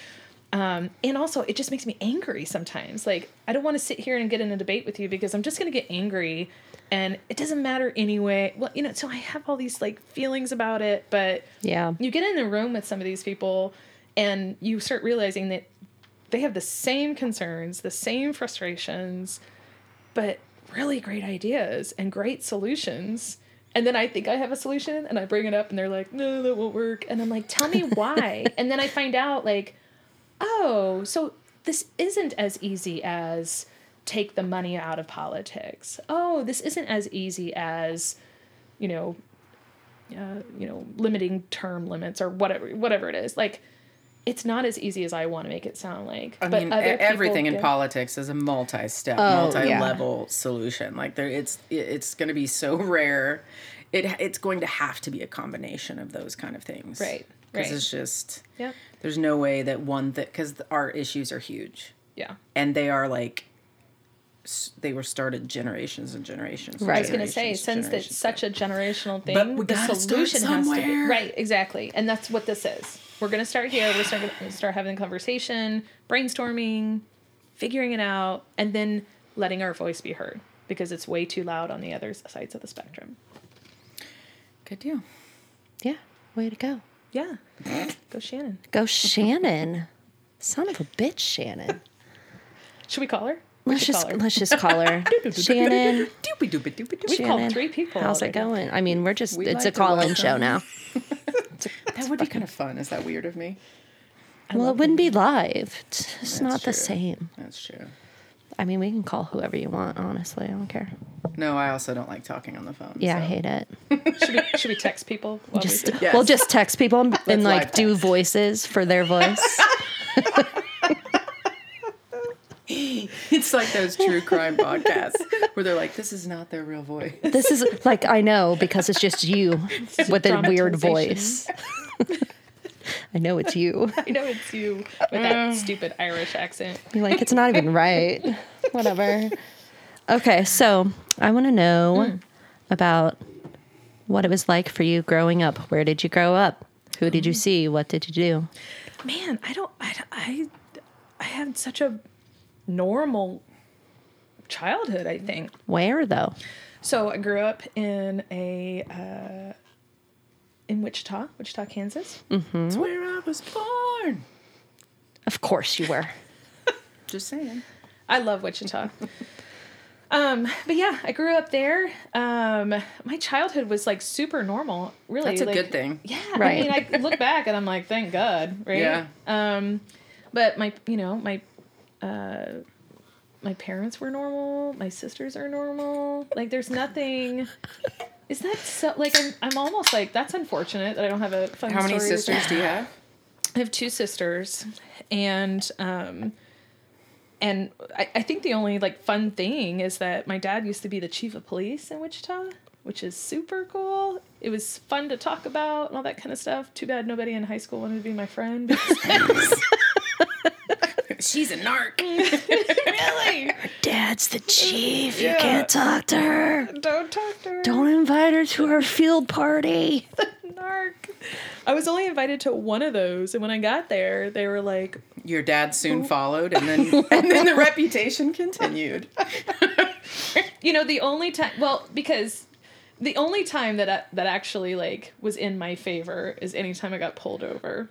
Speaker 2: um, and also it just makes me angry sometimes. Like, I don't want to sit here and get in a debate with you because I'm just gonna get angry, and it doesn't matter anyway. Well, you know, so I have all these like feelings about it, but
Speaker 1: Yeah.
Speaker 2: you get in a room with some of these people and you start realizing that they have the same concerns, the same frustrations, but really great ideas and great solutions. And then I think I have a solution and I bring it up and they're like, no, that won't work. And I'm like, tell me why. and then I find out, like, oh, so this isn't as easy as take the money out of politics. Oh, this isn't as easy as, you know, uh, you know, limiting term limits or whatever, whatever it is. Like, it's not as easy as I want to make it sound like.
Speaker 3: I mean, e-
Speaker 2: people Oh,
Speaker 3: everything in
Speaker 2: get-
Speaker 3: politics is a multi-step, multi-level solution. Like there, it's it- it's going to be so rare. It it's going to have to be a combination of those kind of things,
Speaker 2: Right,
Speaker 3: Because
Speaker 2: right.
Speaker 3: it's just
Speaker 2: Yep.
Speaker 3: there's no way that one that because our issues are huge
Speaker 2: Yeah.
Speaker 3: and they are like s- they were started generations and generations. and
Speaker 1: Right.
Speaker 2: I was going to say,
Speaker 3: generations and
Speaker 2: since it's
Speaker 3: generations.
Speaker 2: such a generational thing,
Speaker 3: we
Speaker 2: the
Speaker 3: gotta start
Speaker 2: solution has to be
Speaker 3: somewhere.
Speaker 2: right. Exactly, and that's what this is. We're going to start here. We're start, gonna start having a conversation, brainstorming, figuring it out, and then letting our voice be heard because it's way too loud on the other s- sides of the spectrum.
Speaker 3: good deal.
Speaker 1: Yeah. Way to go.
Speaker 2: Yeah, go Shannon.
Speaker 1: Go Shannon. Son of a bitch, Shannon.
Speaker 2: Should we call her? We
Speaker 1: Let's
Speaker 2: should
Speaker 1: just
Speaker 2: call her.
Speaker 1: let's just call her Shannon.
Speaker 3: Doopy doopy doopy doopy.
Speaker 2: We've called
Speaker 1: Shannon,
Speaker 2: three people
Speaker 1: How's it
Speaker 2: already.
Speaker 1: going? I mean, we're just
Speaker 3: We'd
Speaker 1: it's a
Speaker 3: like to
Speaker 1: call-in show
Speaker 3: welcome-
Speaker 1: now.
Speaker 3: That would be kind of fun. Is that weird of me?
Speaker 1: well, it wouldn't be live. It's it's
Speaker 3: That's
Speaker 1: not
Speaker 3: true.
Speaker 1: the same.
Speaker 3: That's true.
Speaker 1: I mean, we can call whoever you want. Honestly, I don't care.
Speaker 3: No, I also don't like talking on the phone.
Speaker 1: Yeah, I
Speaker 3: so.
Speaker 1: hate it.
Speaker 2: Should we, should we text people? While
Speaker 1: Just
Speaker 2: we do?
Speaker 3: Yes.
Speaker 1: we'll just text people and, and,
Speaker 3: live
Speaker 1: like do
Speaker 3: text.
Speaker 1: voices for their voice.
Speaker 3: It's like those true crime podcasts where they're like, this is not their real voice.
Speaker 2: Mm-hmm.
Speaker 1: this is like I know because it's just you with a weird
Speaker 2: dramatization.
Speaker 1: voice. I know it's you.
Speaker 2: I know it's you with
Speaker 3: Uh.
Speaker 2: that stupid Irish accent.
Speaker 1: You're like, it's not even right. Whatever. Okay, so I want to know
Speaker 2: Hmm.
Speaker 1: about what it was like for you growing up. Where did you grow up? Who did
Speaker 2: Mm.
Speaker 1: you see? What did you do?
Speaker 2: man i don't i don't- i, I had such a normal childhood i think
Speaker 1: Where though?
Speaker 2: so i grew up in a uh, in wichita wichita kansas
Speaker 3: It's where I was born.
Speaker 1: Of course you were.
Speaker 3: Just saying.
Speaker 2: i love wichita um but yeah i grew up there um my childhood was like super normal really
Speaker 3: That's a
Speaker 2: like-
Speaker 3: good thing.
Speaker 2: yeah
Speaker 1: Right.
Speaker 2: i mean i look back and i'm like thank god right
Speaker 3: Yeah.
Speaker 2: um but my you know my uh my parents were normal my sisters are normal like there's nothing is that so like i'm, I'm almost like that's unfortunate that i don't have a fun
Speaker 3: How many
Speaker 2: story with-
Speaker 3: sisters do you have?
Speaker 2: i have two sisters and um and I, I think the only like fun thing is that my dad used to be the chief of police in wichita which is super cool it was fun to talk about and all that kind of stuff too bad nobody in high school wanted to be my friend
Speaker 3: She's a narc.
Speaker 2: really
Speaker 1: Dad's the chief.
Speaker 2: Yeah. can't
Speaker 1: talk to her.
Speaker 2: Don't talk to her.
Speaker 1: Don't invite her to our field party.
Speaker 2: narc. I was only invited to one of those, and when I got there, they were like,
Speaker 3: Your dad soon followed, and then and then the reputation continued.
Speaker 2: you know, the only time. Well, because the only time that I, that actually like was in my favor is anytime I got pulled over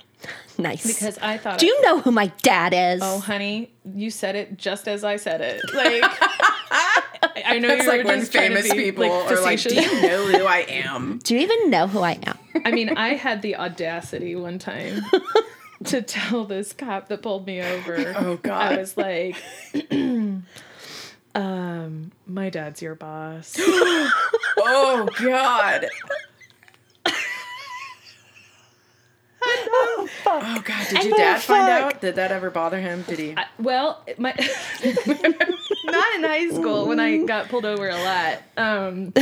Speaker 1: Nice.
Speaker 2: because I thought.
Speaker 1: do you know who my dad is?
Speaker 2: Oh, honey, you said it just as I said it. Like, I- I know
Speaker 3: It's
Speaker 2: you're
Speaker 3: like when
Speaker 2: just trying to
Speaker 3: famous
Speaker 2: be,
Speaker 3: people
Speaker 2: like,
Speaker 3: are like,
Speaker 2: facetious.
Speaker 3: "Do you know who I am?"
Speaker 1: Do you even know who I am?
Speaker 2: I mean, I had the audacity one time to tell this cop that pulled me over.
Speaker 3: Oh, God.
Speaker 2: I was like, um, my dad's your boss.
Speaker 3: Oh God! Oh God! Did your dad find out? Did that ever bother him? Did he?
Speaker 2: I- well, it- my not in high school when I got pulled over a lot. Um,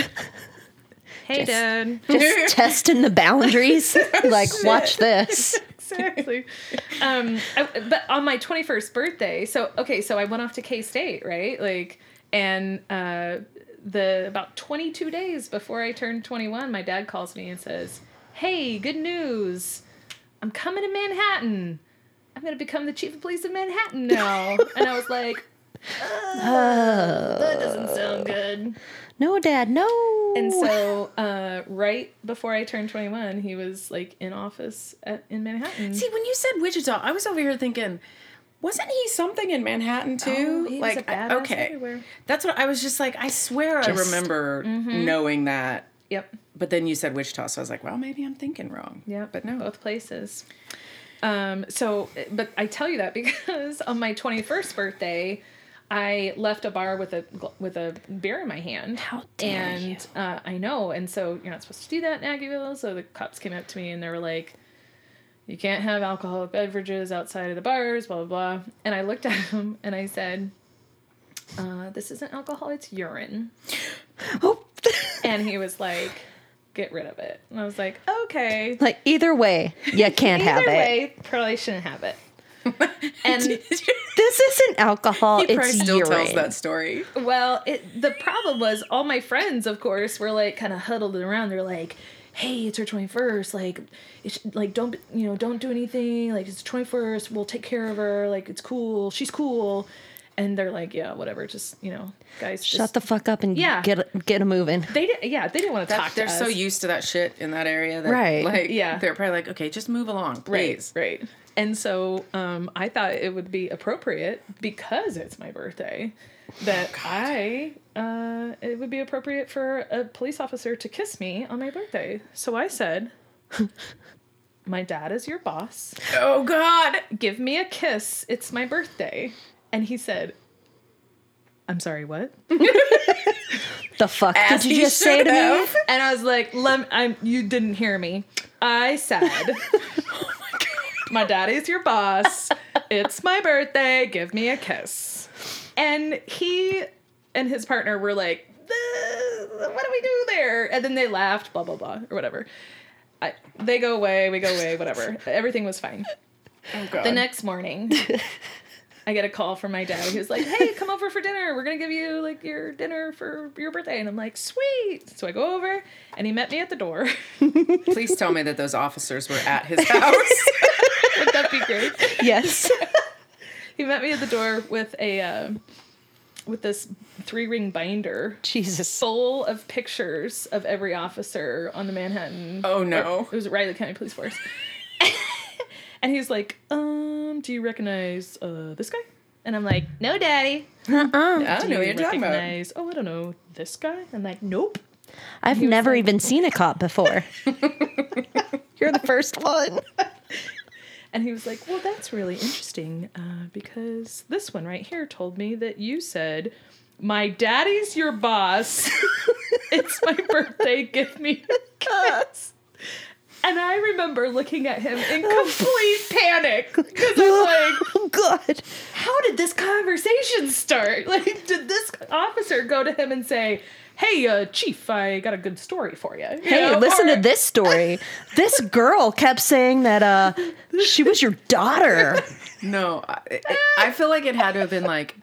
Speaker 2: Hey, Dad.
Speaker 1: Just testing the boundaries. like, watch this.
Speaker 2: Seriously. um, I- but on my 21st birthday, so okay, so I went off to K State, right? Like, and uh, the about 22 days before I turned 21, my dad calls me and says, "Hey, good news! I'm coming to Manhattan. I'm gonna become the chief of police of Manhattan now." and I was like, "Ugh, "That doesn't sound good."
Speaker 1: No, Dad, no.
Speaker 2: And so, uh, right before I turned 21, he was like in office at, in Manhattan.
Speaker 3: See, when you said Wichita, I was over here thinking, wasn't he something in Manhattan too?
Speaker 2: he was
Speaker 3: like,
Speaker 2: a
Speaker 3: I-
Speaker 2: badass
Speaker 3: okay,
Speaker 2: everywhere.
Speaker 3: that's what I was just like. I swear, I Mm-hmm.
Speaker 1: Just-
Speaker 3: remember knowing that.
Speaker 2: Yep.
Speaker 3: But then you said Wichita, so I was like, well, maybe I'm thinking wrong.
Speaker 2: Yeah,
Speaker 3: but no.
Speaker 2: both places. Um, so, but I tell you that because on my 21st birthday, I left a bar with a gl- with a beer in my hand.
Speaker 1: How dare
Speaker 2: and, uh, I know, and so you're not supposed to do that in Aggieville. So the cops came up to me and they were like, "You can't have alcoholic beverages outside of the bars." Blah blah blah. And I looked at them and I said, uh, "This isn't alcohol; it's urine."
Speaker 1: Oh.
Speaker 2: And he was like, "Get rid of it." And I was like, "Okay."
Speaker 1: like, either way, you can't have
Speaker 2: Either
Speaker 1: it.
Speaker 2: way, probably shouldn't have it. And
Speaker 1: This isn't alcohol.
Speaker 3: he probably
Speaker 1: it's
Speaker 3: still
Speaker 1: urine.
Speaker 3: tells that story.
Speaker 2: well, it, the problem was all my friends, of course, were like kind of huddled around. They're like, "Hey, it's her twenty first. Like, it's, like don't you know? Don't do anything. Like, it's twenty first. We'll take care of her. Like, it's cool. She's cool." And they're like, "Yeah, whatever. Just you know, guys,
Speaker 1: Shut the fuck up and
Speaker 2: Yeah.
Speaker 1: get get a moving.
Speaker 2: They didn't. Yeah, they didn't want to talk.
Speaker 3: They're
Speaker 2: to
Speaker 3: so
Speaker 2: us.
Speaker 3: used to that shit in that area that,
Speaker 1: Right.
Speaker 3: like,
Speaker 2: Yeah.
Speaker 3: they're probably like, okay, just move along, please.
Speaker 2: Right, right. And so um, I thought it would be appropriate because it's my birthday that I uh, it would be appropriate for a police officer to kiss me on my birthday. So I said, "My dad is your boss.
Speaker 3: Oh God,
Speaker 2: Give me a kiss. It's my birthday." And he said, "I'm sorry, what?"
Speaker 1: The fuck
Speaker 3: As
Speaker 1: did you
Speaker 3: he
Speaker 1: just say
Speaker 3: should
Speaker 1: to
Speaker 3: have.
Speaker 1: me?
Speaker 2: And I was like, Lem- I'm, you didn't hear me. I said, my daddy's your boss. It's my birthday. Give me a kiss. And he and his partner were like, "Uh, what do we do there? And then they laughed, blah, blah, blah, or whatever. I, they go away, we go away, whatever. Everything was fine.
Speaker 3: Oh God.
Speaker 2: The next morning, I get a call from my dad. He was like, "Hey, come over for dinner. We're gonna give you like your dinner for your birthday." And I'm like, "Sweet!" So I go over, and he met me at the door.
Speaker 3: please tell me that those officers were at his house.
Speaker 2: Would that be great?
Speaker 1: Yes.
Speaker 2: He met me at the door with a uh, with this three ring binder
Speaker 1: Jesus.
Speaker 2: full of pictures of every officer on the Manhattan.
Speaker 3: Oh, no.
Speaker 2: or- it was Riley County Police Force. and he's like, "Um, do you recognize uh, this guy?" And I'm like, "No, Daddy."
Speaker 1: Uh-uh.
Speaker 3: I don't
Speaker 2: do
Speaker 3: know what
Speaker 2: you
Speaker 3: you're talking about.
Speaker 2: recognize- Oh, I don't know this guy. I'm like, nope.
Speaker 1: I've never even seen a cop before. You're the first one.
Speaker 2: And he was like, well, that's really interesting uh, because this one right here told me that you said, my daddy's your boss. it's my birthday. Give me a kiss. And I remember looking at him in complete panic because I'm like,
Speaker 1: oh God.
Speaker 2: how did this conversation start? Like, did this officer go to him and say, "Hey, uh, chief, I got a good story for you"? you
Speaker 1: Hey,
Speaker 2: know,
Speaker 1: listen
Speaker 2: or-
Speaker 1: to this story. This girl kept saying that uh she was your daughter.
Speaker 3: No, I, I- I feel like it had to have been like,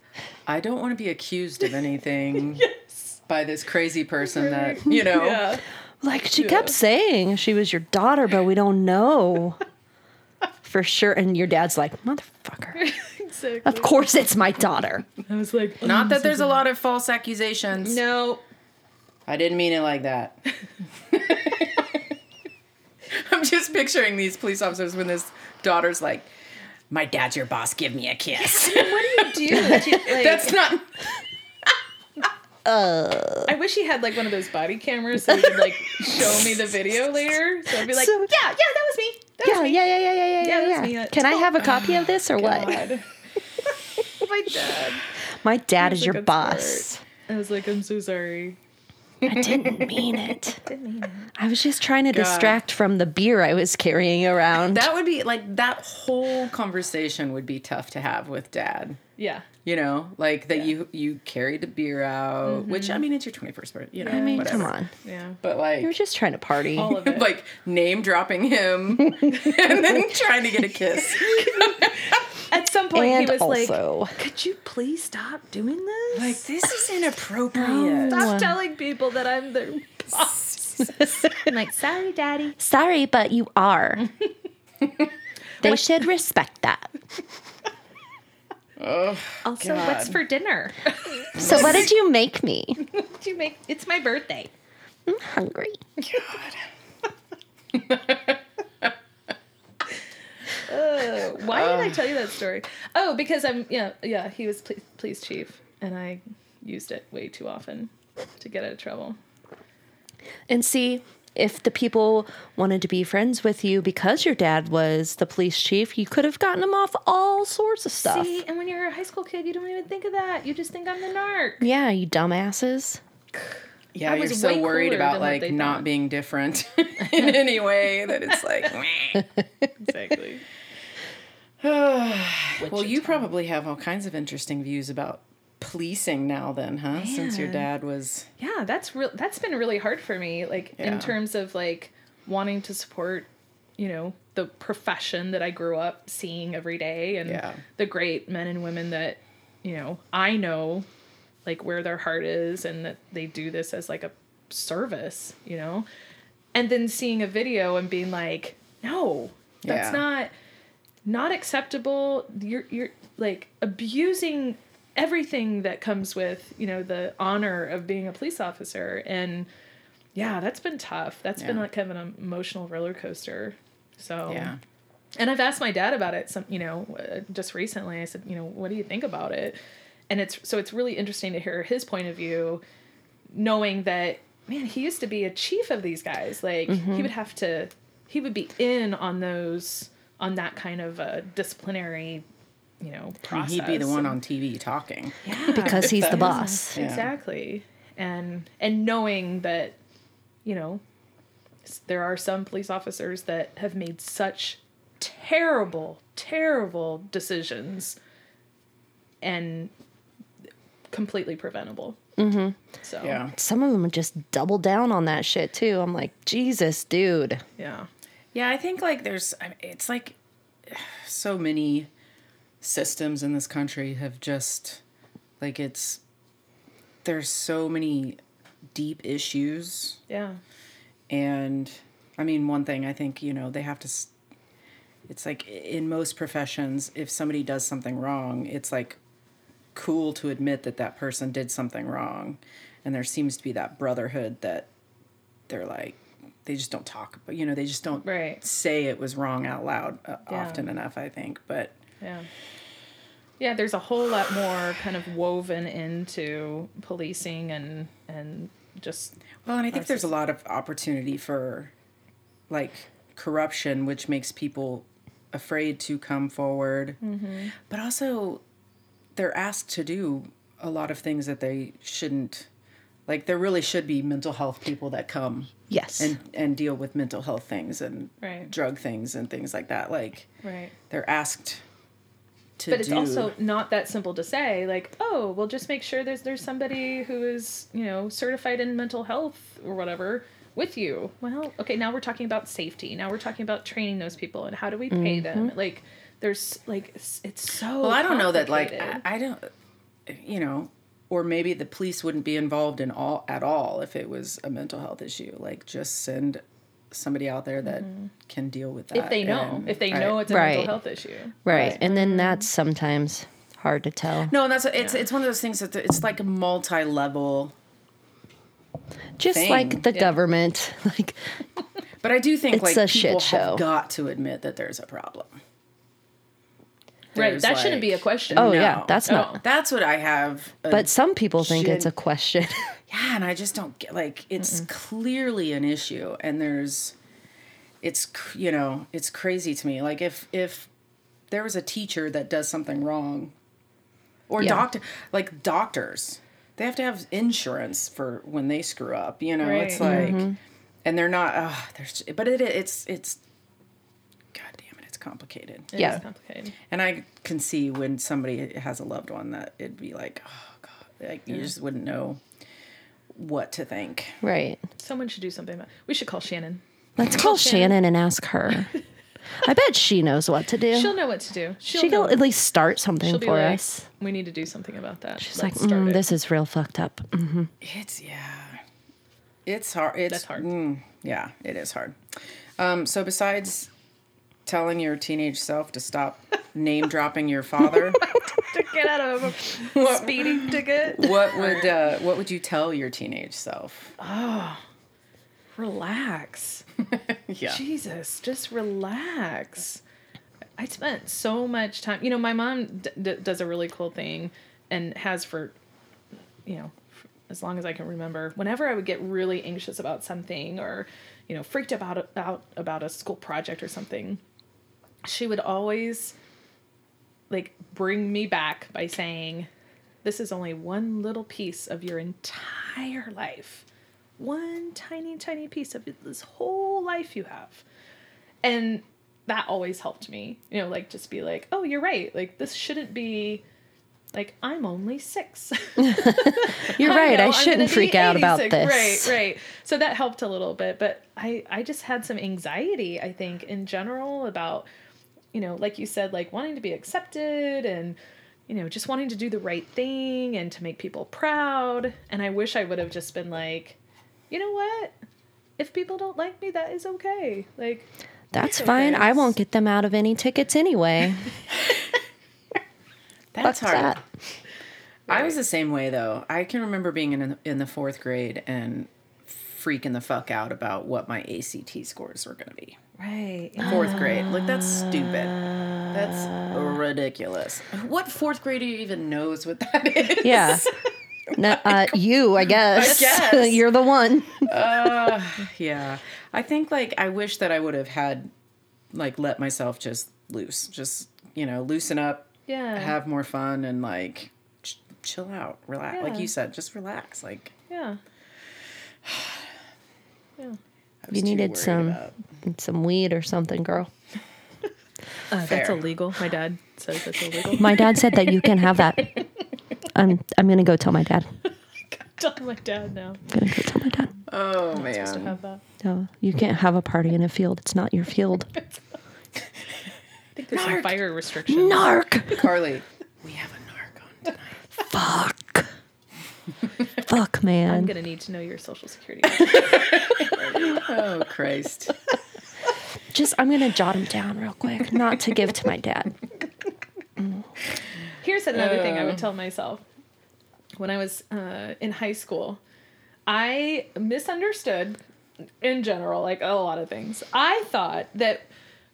Speaker 3: I don't want to be accused of anything by this crazy person that you know.
Speaker 2: Yeah.
Speaker 1: Like she kept saying she was your daughter, but we don't know for sure. And your dad's like, motherfucker.
Speaker 2: Exactly.
Speaker 1: Of course it's my daughter.
Speaker 2: I was like,
Speaker 3: Not that there's a lot of false accusations.
Speaker 2: no.
Speaker 3: I didn't mean it like that. I'm just picturing these police officers when this daughter's like, "My dad's your boss. Give me a kiss."
Speaker 2: What do you do? Do you- like,
Speaker 3: That's not.
Speaker 2: I wish he had like one of those body cameras so he could like show me the video later. So I'd be like,
Speaker 1: So-
Speaker 2: yeah, yeah, that was me. That
Speaker 1: Yeah,
Speaker 2: was
Speaker 1: yeah, yeah, yeah, yeah,
Speaker 2: Yeah,
Speaker 1: yeah,
Speaker 2: that's
Speaker 1: yeah.
Speaker 2: me. Uh,
Speaker 1: Can I have a copy of this or what?
Speaker 2: God. My dad.
Speaker 1: My dad is
Speaker 2: a
Speaker 1: your
Speaker 2: good
Speaker 1: boss.
Speaker 2: I was like, I'm so sorry.
Speaker 1: I didn't mean it. I was just trying to distract from the beer I was carrying around.
Speaker 3: That would be like that whole conversation would be tough to have with dad.
Speaker 2: Yeah.
Speaker 3: You know, like that you you carried the beer out, which I mean, it's your twenty first birthday. You know,
Speaker 1: I mean,
Speaker 3: whatever.
Speaker 1: come on.
Speaker 2: Yeah.
Speaker 3: But like,
Speaker 1: You're just trying to party.
Speaker 2: All of it.
Speaker 3: like name dropping him and then trying to get a kiss.
Speaker 2: At some point,
Speaker 1: and
Speaker 2: he was
Speaker 1: also,
Speaker 2: like, "Could you please stop doing this?
Speaker 3: Like this is inappropriate.
Speaker 2: stop telling people that I'm their boss." I'm like, "Sorry, Daddy."
Speaker 1: sorry, but you are. they should respect that.
Speaker 2: Also,
Speaker 3: God.
Speaker 2: what's for dinner?
Speaker 1: So, what did you make me?
Speaker 2: Did you make? It's my birthday.
Speaker 1: I'm hungry.
Speaker 2: Oh, why
Speaker 1: Uh.
Speaker 2: did I tell you that story? Oh, because I'm yeah yeah he was police, police chief and I used it way too often to get out of trouble.
Speaker 1: And see, if the people wanted to be friends with you because your dad was the police chief, you could have gotten them off all sorts of stuff.
Speaker 2: See, and when you're a high school kid, you don't even think of that. You just think I'm the narc.
Speaker 1: Yeah, you dumbasses.
Speaker 3: Yeah,
Speaker 2: I
Speaker 3: you're
Speaker 2: was
Speaker 3: so
Speaker 2: way
Speaker 3: worried
Speaker 2: cooler
Speaker 3: about
Speaker 2: than what
Speaker 3: like
Speaker 2: they
Speaker 3: not
Speaker 2: thought.
Speaker 3: being different in any way that it's like. meh.
Speaker 2: Exactly.
Speaker 3: well, you probably have all kinds of interesting views about policing now, then, huh? Since your
Speaker 2: Man.
Speaker 3: dad was
Speaker 2: yeah, that's real. That's been really hard for me, like
Speaker 3: Yeah.
Speaker 2: in terms of like wanting to support, you know, the profession that I grew up seeing every day, and
Speaker 3: Yeah.
Speaker 2: the great men and women that, you know, I know, like where their heart is, and that they do this as like a service, you know, and then seeing a video and being like, no, that's
Speaker 3: Yeah.
Speaker 2: not not acceptable. You're you're like abusing everything that comes with, you know, the honor of being a police officer and yeah, that's been tough. That's been
Speaker 3: Yeah.
Speaker 2: like kind of an emotional roller coaster. So
Speaker 3: yeah.
Speaker 2: and I've asked my dad about it some, you know, uh, just recently. I said, you know, what do you think about it? And it's so it's really interesting to hear his point of view knowing that man, he used to be a chief of these guys. Like
Speaker 3: Mm-hmm.
Speaker 2: he would have to he would be in on those on that kind of uh, disciplinary, you know,
Speaker 3: And
Speaker 2: process.
Speaker 3: he'd be the one on TV talking.
Speaker 2: yeah.
Speaker 1: Because he's the
Speaker 3: That-
Speaker 1: boss.
Speaker 3: Yeah.
Speaker 2: Exactly. And and knowing that, you know, s- there are some police officers that have made such terrible, terrible decisions and completely preventable. Mm-hmm. So
Speaker 3: Yeah.
Speaker 1: Some of them just double down on that shit too. I'm like, Jesus, dude.
Speaker 2: yeah.
Speaker 3: Yeah, I think like there's, I- it's like so many systems in this country have just, like, it's, there's so many deep issues.
Speaker 2: Yeah.
Speaker 3: And I mean, one thing I think, you know, they have to, s- it's like in most professions, if somebody does something wrong, it's like cool to admit that that person did something wrong. And there seems to be that brotherhood that they're like, they just don't talk, but you know, they just don't
Speaker 2: Right.
Speaker 3: say it was wrong out loud uh,
Speaker 2: Yeah.
Speaker 3: often enough, I think. But
Speaker 2: Yeah. Yeah, there's a whole lot more kind of woven into policing and and just
Speaker 3: Well, and I think there's a lot of opportunity for like corruption, which makes people afraid to come forward.
Speaker 2: Mm-hmm.
Speaker 3: But also, they're asked to do a lot of things that they shouldn't. Like, there really should be mental health people that come
Speaker 1: Yes.
Speaker 3: and, and deal with mental health things and
Speaker 2: Right.
Speaker 3: drug things and things like that. Like,
Speaker 2: right.
Speaker 3: they're asked to
Speaker 2: but it's
Speaker 3: do-
Speaker 2: also not that simple to say like oh well just make sure there's there's somebody who is you know certified in mental health or whatever with you well okay now we're talking about safety now we're talking about training those people and how do we pay them like there's like it's, it's so
Speaker 3: Mm-hmm. Well, I don't know that like I,
Speaker 2: complicated.
Speaker 3: I don't you know, or maybe the police wouldn't be involved in all at all if it was a mental health issue. Like just send somebody out there that can deal with that.
Speaker 2: Mm-hmm. if they know
Speaker 3: and-
Speaker 2: if they
Speaker 3: right.
Speaker 2: know it's a
Speaker 1: Right.
Speaker 2: mental health issue
Speaker 1: Right. And then that's sometimes hard to tell.
Speaker 3: No, and that's it's it's one of those things that th- it's like a multi-level.
Speaker 1: Just
Speaker 3: thing.
Speaker 1: like the government. Like,
Speaker 3: But I do think
Speaker 1: It's
Speaker 3: like
Speaker 1: a
Speaker 3: people
Speaker 1: shit show.
Speaker 3: have got to admit that there's a problem.
Speaker 2: right
Speaker 3: There's,
Speaker 2: that shouldn't
Speaker 3: like-
Speaker 2: be a question
Speaker 1: oh,
Speaker 3: No.
Speaker 1: yeah, that's not.
Speaker 2: No.
Speaker 3: That's what I have. uh, a-
Speaker 1: But some people think it's a
Speaker 3: Should-
Speaker 1: question.
Speaker 3: yeah, and I just don't get like it's clearly an issue, and there's, it's cr- you know it's crazy to me. Like if if there was a teacher that does something wrong, or
Speaker 1: Yeah.
Speaker 3: doctor like doctors, they have to have insurance for when they screw up. You know, it's like,
Speaker 2: Right.
Speaker 3: and they're not. Uh, there's but it it's it's, god damn it, it's complicated.
Speaker 2: It
Speaker 1: Yeah.
Speaker 2: is complicated.
Speaker 3: And I can see when somebody has a loved one that it'd be like, oh god, like you just wouldn't know what to think.
Speaker 1: Right.
Speaker 2: Someone should do something about. We should call Shannon.
Speaker 1: Let's call Shannon and ask her. I bet she knows what to do.
Speaker 2: She'll know what to do. She'll
Speaker 1: she
Speaker 2: know.
Speaker 1: will at least start something
Speaker 2: She'll be
Speaker 1: for
Speaker 2: like,
Speaker 1: us.
Speaker 2: we need to do something about that.
Speaker 1: She's like, "Mm, this is real fucked up. Mm.
Speaker 3: It's yeah, it's hard. It's
Speaker 2: That's hard.
Speaker 3: mm, yeah, it is hard. Um, so besides telling your teenage self to stop name dropping your father,
Speaker 2: to get out of a speeding ticket.
Speaker 3: what would uh, what would you tell your teenage self?
Speaker 2: Oh, Relax.
Speaker 3: Yeah,
Speaker 2: Jesus, just relax. I spent so much time. You know, my mom d- d- does a really cool thing and has for, you know, f- as long as I can remember. Whenever I would get really anxious about something or, you know, freaked about about about a school project or something, she would always like bring me back by saying, "This is only one little piece of your entire life." one tiny, tiny piece of this whole life you have. And that always helped me, you know, like just be like, oh, you're right. Like, this shouldn't be like, I'm only six.
Speaker 1: You're
Speaker 2: I
Speaker 1: right.
Speaker 2: know,
Speaker 1: I
Speaker 2: I'm gonna
Speaker 1: shouldn't
Speaker 2: be
Speaker 1: freak out about
Speaker 2: 86.
Speaker 1: this.
Speaker 2: Right, right. So that helped a little bit, but I I just had some anxiety, I think, in general about you know, like you said, like wanting to be accepted and you know, just wanting to do the right thing and to make people proud. And I wish I would have just been like, you know what? If people don't like me, that is okay. Like
Speaker 1: That's
Speaker 2: Okay,
Speaker 1: fine. I
Speaker 2: guys.
Speaker 1: won't get them out of any tickets anyway.
Speaker 3: that's
Speaker 1: Fuck
Speaker 3: hard.
Speaker 1: that.
Speaker 3: I was the same way though. I can remember being in in the fourth grade and freaking the fuck out about what my ACT scores were going to be.
Speaker 2: Right.
Speaker 3: Fourth grade, like that's stupid. That's ridiculous. What fourth grader even knows what that is?
Speaker 1: Yeah. No, uh, you, I guess.
Speaker 3: guess.
Speaker 1: You're the one.
Speaker 3: Yeah. I think like I wish that I would have had like let myself just loose, just you know, loosen up,
Speaker 2: Yeah.
Speaker 3: have more fun, and like ch- chill out, relax. Like
Speaker 2: Yeah.
Speaker 3: you said, just relax. Like
Speaker 2: Yeah. Oh, Yeah.
Speaker 3: I was
Speaker 1: You
Speaker 3: too
Speaker 1: needed
Speaker 3: worried
Speaker 1: some-
Speaker 3: about-
Speaker 1: Some weed or something, girl.
Speaker 2: Uh, that's
Speaker 3: Fair.
Speaker 2: illegal. My dad says that's illegal.
Speaker 1: My dad said that you can have that. I'm I'm gonna go tell my dad.
Speaker 2: Tell my dad now
Speaker 1: I'm gonna go tell my dad.
Speaker 3: Oh
Speaker 2: to
Speaker 3: man.
Speaker 2: have that.
Speaker 1: No, you can't have a party in a field. It's not your field.
Speaker 2: I think there's some fire restrictions.
Speaker 1: Narc.
Speaker 3: Carly, we have a narc on tonight.
Speaker 1: Fuck. Fuck,
Speaker 2: I'm
Speaker 1: man.
Speaker 2: gonna need to know your social security.
Speaker 3: Oh Christ.
Speaker 1: Just I'm gonna jot him down real quick, not to give to my dad.
Speaker 2: Here's another thing I would tell myself. When I was uh, in high school, I misunderstood in general, like a lot of things. I thought that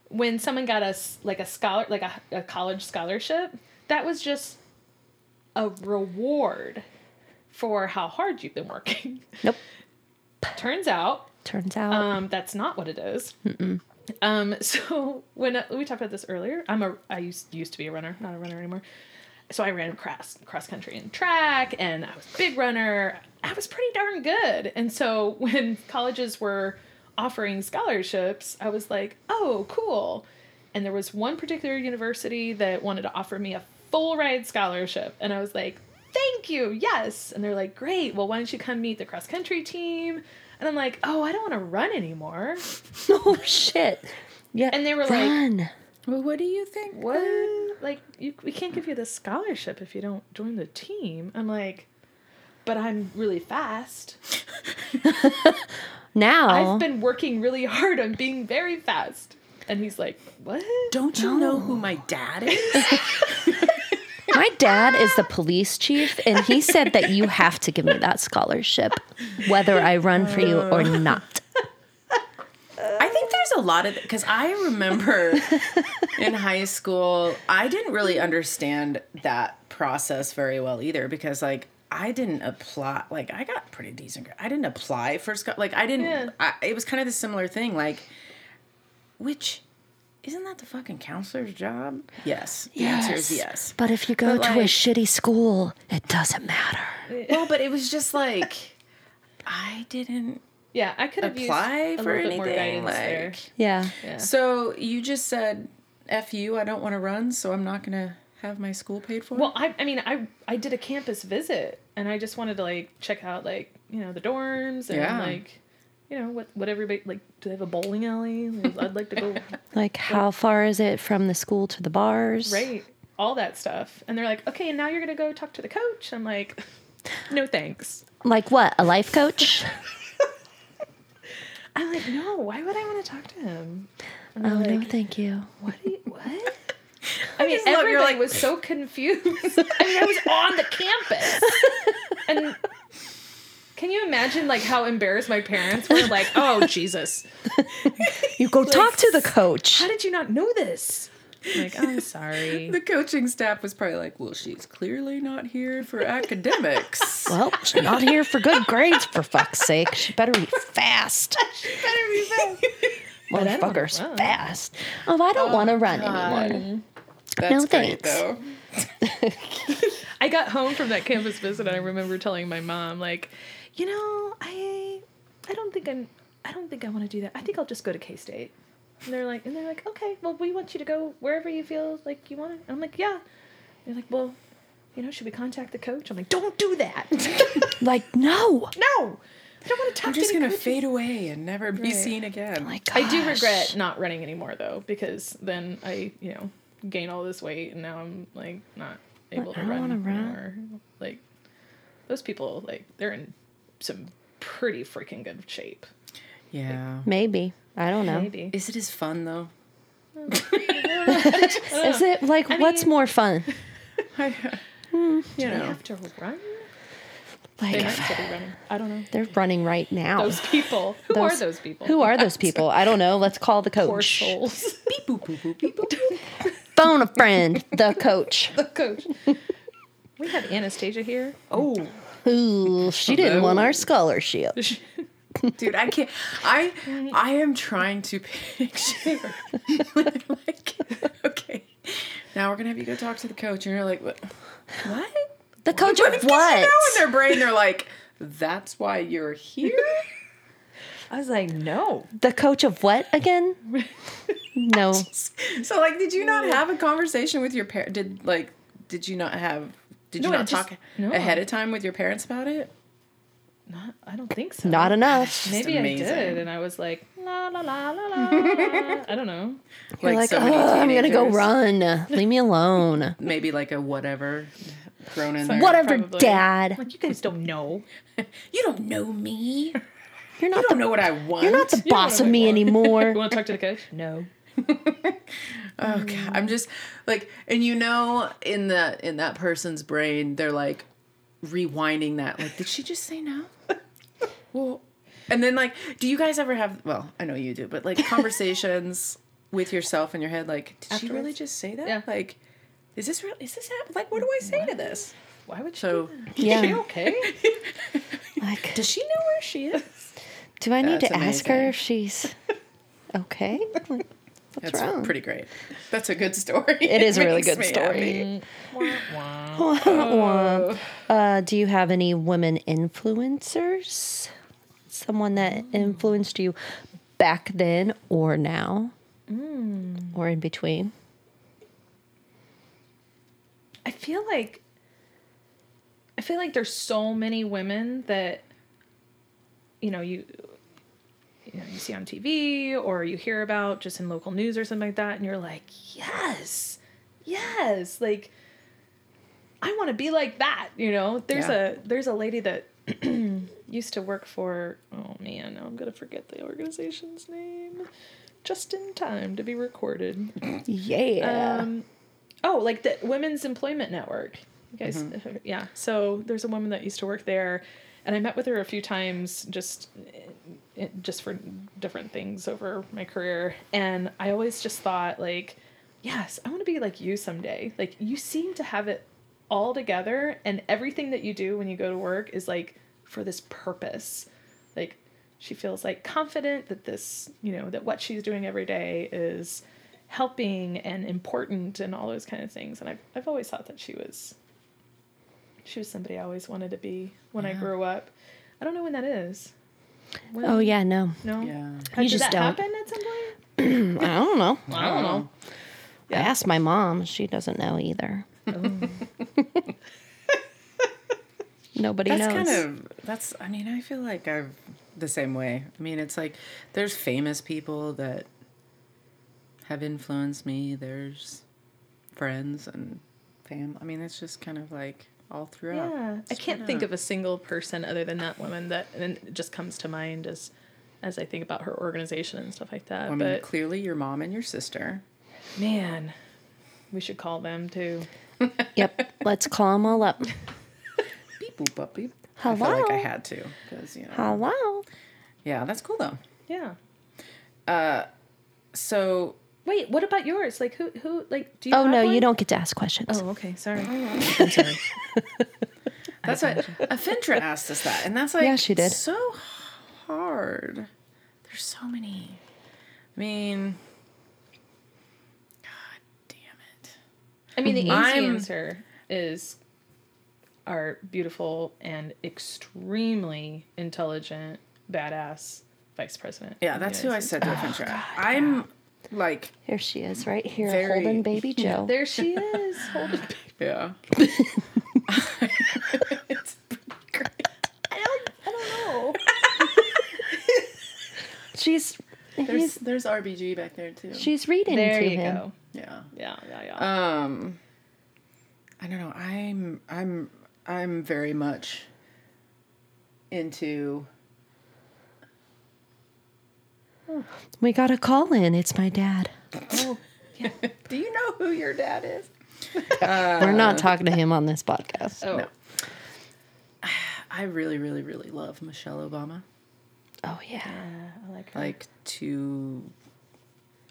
Speaker 2: when someone got us like a scholar, like a, a college scholarship, that was just a reward for how hard you've been working.
Speaker 1: Nope.
Speaker 2: Turns out
Speaker 1: Turns out
Speaker 2: Um, that's not what it is. Um, so when I- we talked about this earlier, I'm a I used used to be a runner, not a runner anymore. So I ran cross cross country and track, and I was a big runner. I was pretty darn good. And so when colleges were offering scholarships, I was like, oh, cool. And there was one particular university that wanted to offer me a full ride scholarship, and I was like, thank you, yes. And they're like, great. Well, why don't you come meet the cross country team? And I'm like, oh, I don't want to run anymore.
Speaker 1: oh shit. Yeah.
Speaker 2: And they were like,
Speaker 1: run.
Speaker 3: Well, what do you think?
Speaker 2: what? Like, you, we can't give you this scholarship if you don't join the team. I'm like, but I'm really fast.
Speaker 1: now
Speaker 2: I've been working really hard on being very fast. And he's like, what?
Speaker 3: Don't you know who my dad is?
Speaker 1: my dad is the police chief and he said that you have to give me that scholarship, whether I run for you or not.
Speaker 3: I think there's a lot of because I remember in high school I didn't really understand that process very well either because like I didn't apply like I got pretty decent gra- I didn't apply for scho- like I didn't
Speaker 2: Yeah.
Speaker 3: I, it was kind of the similar thing like which isn't that the fucking counselor's job yes the answer is yes
Speaker 1: But if you go
Speaker 3: But,
Speaker 1: to a
Speaker 3: like-
Speaker 1: shitty school, it doesn't matter.
Speaker 3: well but it was just like I didn't
Speaker 2: Yeah, I could have used
Speaker 3: apply
Speaker 2: a
Speaker 3: for
Speaker 2: little bit more
Speaker 3: anything
Speaker 2: guidance
Speaker 3: like
Speaker 2: there.
Speaker 1: Yeah.
Speaker 2: Yeah.
Speaker 3: So you just said F you, I don't want to run, so I'm not going to have my school paid for?
Speaker 2: Well, I, I mean, I I did a campus visit, and I just wanted to like check out like you know the dorms and
Speaker 3: Yeah.
Speaker 2: like you know what what everybody like. Do they have a bowling alley? I'd like to go
Speaker 1: Like, how far is it from the school to the bars?
Speaker 2: right all that stuff. And they're like, okay, and now you're gonna go talk to the coach. I'm like, no thanks.
Speaker 1: Like, what? A life coach?
Speaker 2: I'm like, no. Why would I want to talk to him? And
Speaker 1: oh,
Speaker 2: they're
Speaker 1: no,
Speaker 2: like,
Speaker 1: thank you.
Speaker 2: what? do you- what? I mean,
Speaker 3: just love
Speaker 2: everybody
Speaker 3: you're like-
Speaker 2: was so confused. I mean, I was on the campus, and can you imagine like how embarrassed my parents were? Like, oh Jesus,
Speaker 1: You go talk to the coach.
Speaker 2: how did you not know this? I'm like, I'm sorry.
Speaker 3: the coaching staff was probably like, well, she's clearly not here for academics.
Speaker 1: Well, she's not here for good grades, for fuck's sake. She better be fast.
Speaker 2: I don't wanna
Speaker 1: Motherfucker's
Speaker 2: run.
Speaker 1: fast. Oh, I don't want to run anymore.
Speaker 3: That's
Speaker 1: No,
Speaker 3: great,
Speaker 1: thanks.
Speaker 3: though.
Speaker 2: I got home from that campus visit, and I remember telling my mom, like, you know, I, I don't think I'm, I don't think I want to do that. I think I'll just go to K State. And they're like, and they're like, okay, well, we want you to go wherever you feel like you want. to. And I'm like, yeah. They're like, well, you know, should we contact the coach? I'm like, don't do that.
Speaker 1: Like, no.
Speaker 2: no, I don't want to talk
Speaker 3: I'm
Speaker 2: to
Speaker 3: just
Speaker 2: any
Speaker 3: going to
Speaker 2: coaches.
Speaker 3: fade away and never be
Speaker 2: Right.
Speaker 3: seen again.
Speaker 1: Oh My
Speaker 2: I do
Speaker 1: gosh.
Speaker 2: regret not running anymore though, because then I, you know, gain all this weight and now I'm like not able to
Speaker 1: I don't
Speaker 2: run,
Speaker 1: wanna run.
Speaker 2: anymore. Like those people, like they're in some pretty freaking good shape.
Speaker 3: yeah.
Speaker 1: Maybe. I don't know.
Speaker 2: Maybe.
Speaker 3: Is it as fun, though?
Speaker 1: Is it like, what's
Speaker 2: mean-
Speaker 1: more fun?
Speaker 3: You
Speaker 2: They
Speaker 3: know.
Speaker 2: have to run. They
Speaker 1: Like,
Speaker 2: might still be running. I don't know.
Speaker 1: they're running right now.
Speaker 2: Those people. Who are those people?
Speaker 1: Who are those people? I don't know. Let's call the
Speaker 2: Poor
Speaker 1: coach.
Speaker 2: souls.
Speaker 3: Beep, boop, boop, boop, beep, boop.
Speaker 1: Phone a friend. The coach.
Speaker 2: the coach. We have Anastasia here.
Speaker 3: Oh.
Speaker 1: Ooh, she didn't want our scholarship.
Speaker 3: Dude, I can't. I I am trying to picture. like, okay, now we're gonna have you go talk to the coach, and you're like, what? What?
Speaker 1: The coach
Speaker 3: But
Speaker 1: of
Speaker 3: it's 'cause, You know,
Speaker 1: what?
Speaker 3: in their brain, they're like, that's why you're here.
Speaker 2: I was like, no.
Speaker 1: The coach of what again? No.
Speaker 3: so, like, did you not have a conversation with your parent? Did like, did you not have? Did
Speaker 2: No,
Speaker 3: you
Speaker 2: I
Speaker 3: not
Speaker 2: just-
Speaker 3: talk
Speaker 2: no.
Speaker 3: ahead of time with your parents about it?
Speaker 2: Not I don't think so.
Speaker 1: Not enough.
Speaker 2: Maybe
Speaker 3: amazing.
Speaker 2: I did, and I was like, la la la la la. I don't know.
Speaker 1: You're like,
Speaker 3: so many
Speaker 1: oh, I'm gonna go
Speaker 3: teenagers.
Speaker 1: run. Leave me alone.
Speaker 3: Maybe like a whatever thrown in there.
Speaker 1: Whatever,
Speaker 2: probably.
Speaker 1: Dad.
Speaker 2: Like you guys don't know.
Speaker 3: You don't know me.
Speaker 1: You're
Speaker 3: You
Speaker 1: not
Speaker 3: don't
Speaker 1: the
Speaker 3: know what I want.
Speaker 1: you're not the
Speaker 2: know
Speaker 1: boss
Speaker 2: what
Speaker 1: of
Speaker 2: I
Speaker 1: me
Speaker 2: want. You
Speaker 1: anymore.
Speaker 2: want to talk to the coach? No.
Speaker 3: Oh god,
Speaker 1: Mm.
Speaker 3: I'm just like, and you know, in the in that person's brain, they're like rewinding that. Like, did she just say no? well, and then like, do you guys ever have? Well, I know you do, but like conversations with yourself in your head, like, did she really
Speaker 2: Afterwards?
Speaker 3: just say that?
Speaker 2: Yeah.
Speaker 3: Like, is this real? Is this hap- like? What do I say to this?
Speaker 2: Why would she?
Speaker 3: So,
Speaker 2: Are you
Speaker 1: Yeah.
Speaker 2: okay?
Speaker 1: Like,
Speaker 3: does she know where she is?
Speaker 1: do I need to
Speaker 3: That's
Speaker 1: ask her
Speaker 3: amazing.
Speaker 1: if she's okay? Like, What's
Speaker 3: That's
Speaker 1: wrong?
Speaker 3: pretty great. That's a good story.
Speaker 1: It is a really
Speaker 3: makes
Speaker 1: good
Speaker 3: me
Speaker 1: story.
Speaker 3: happy.
Speaker 1: Mm. Womp. Uh, do you have any women influencers? Someone that influenced you back then or now? Or in between?
Speaker 2: I feel like I feel like there's so many women that you know you you know you see on TV or you hear about just in local news or something like that and you're like, "Yes. Yes." Like I want to be like that, you know? There's
Speaker 3: Yeah.
Speaker 2: a there's a lady that used to work for oh man, now I'm going to forget the organization's name. Just in time to be recorded.
Speaker 1: Yeah.
Speaker 2: Um, oh, like the Women's Employment Network. You guys, yeah. So there's a woman that used to work there, and I met with her a few times, just eh, just for different things over my career. And I always just thought, like, yes, I want to be like you someday. Like you seem to have it all together, and everything that you do when you go to work is like for this purpose. Like she feels like confident that this, you know, that what she's doing every day is helping and important and all those kind of things. And I've, I've always thought that she was, she was somebody I always wanted to be when I grew up. I don't know when that is. When-
Speaker 1: oh, yeah, no.
Speaker 2: No.
Speaker 3: Yeah.
Speaker 2: How,
Speaker 1: You
Speaker 2: did
Speaker 1: just
Speaker 2: that
Speaker 1: don't.
Speaker 2: happen at some point?
Speaker 1: I don't know.
Speaker 2: I don't know.
Speaker 1: I asked my mom. She doesn't know either. Nobody
Speaker 3: That's
Speaker 1: knows.
Speaker 3: kind of that's I mean, I feel like I've the same way. I mean, it's like there's famous people that have influenced me. There's friends and fam. I mean, it's just kind of like all throughout.
Speaker 2: I can't think of a single person other than that woman that and it just comes to mind as as I think about her organization and stuff like that.
Speaker 3: I mean,
Speaker 2: but
Speaker 3: clearly your mom and your sister.
Speaker 2: man, we should call them too.
Speaker 1: yep. Let's call them all up.
Speaker 3: Beep boop up beep. I feel
Speaker 1: Hello?
Speaker 3: like I had to because you know.
Speaker 1: Hello.
Speaker 3: Yeah, that's cool though.
Speaker 2: Yeah.
Speaker 3: So
Speaker 2: Wait, what about yours? Like who who like do you
Speaker 1: Oh
Speaker 2: have
Speaker 1: no, you
Speaker 2: one?
Speaker 1: don't get to ask questions.
Speaker 2: Oh, okay. Sorry.
Speaker 3: that's what Afintra asked us that, and that's like
Speaker 1: Yeah, she did.
Speaker 3: So hard. There's so many. I mean, god damn it.
Speaker 2: I mean, the easy
Speaker 3: I'm-
Speaker 2: answer is our beautiful and extremely intelligent, badass vice president.
Speaker 3: Yeah, that's who I said to Afintra. I'm like,
Speaker 1: Here she is, right here,
Speaker 3: Very-
Speaker 1: holding baby Joe.
Speaker 2: There she is. Hold it.
Speaker 3: yeah. it's pretty great.
Speaker 2: I don't. I don't know.
Speaker 1: she's
Speaker 3: There's
Speaker 1: he's,
Speaker 3: there's RBG back there too.
Speaker 1: she's reading
Speaker 2: There
Speaker 1: to
Speaker 2: you
Speaker 1: him.
Speaker 2: go.
Speaker 3: Yeah.
Speaker 2: Yeah, yeah, yeah.
Speaker 3: Um, I don't know. I'm I'm I'm very much into
Speaker 1: We got a call in. It's my dad.
Speaker 3: Do you know who your dad is?
Speaker 1: We're not talking to him on this podcast.
Speaker 2: oh,
Speaker 3: no. I really, really, really love Michelle Obama.
Speaker 1: Oh yeah.
Speaker 2: I like her.
Speaker 3: Like to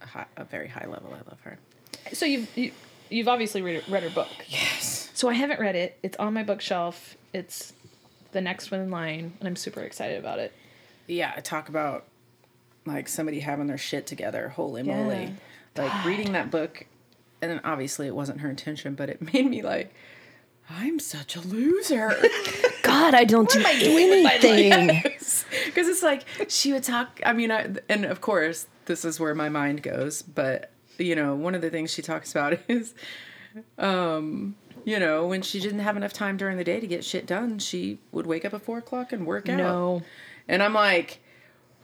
Speaker 3: a, high, a very high level, I love her.
Speaker 2: So you've you, you've obviously read, read her book.
Speaker 3: Yes.
Speaker 2: So I haven't read it. It's on my bookshelf. It's the next one in line, and I'm super excited about it.
Speaker 3: Yeah, I talk about like somebody having their shit together. Holy
Speaker 2: Yeah.
Speaker 3: moly! Like reading that book, and then obviously it wasn't her intention, but it made me like, I'm such a loser.
Speaker 1: God, I don't do anything.
Speaker 3: because it's like she would talk i mean I, and of course this is where my mind goes but you know one of the things she talks about is um you know when she didn't have enough time during the day to get shit done she would wake up at four o'clock and work out
Speaker 2: No.
Speaker 3: and i'm like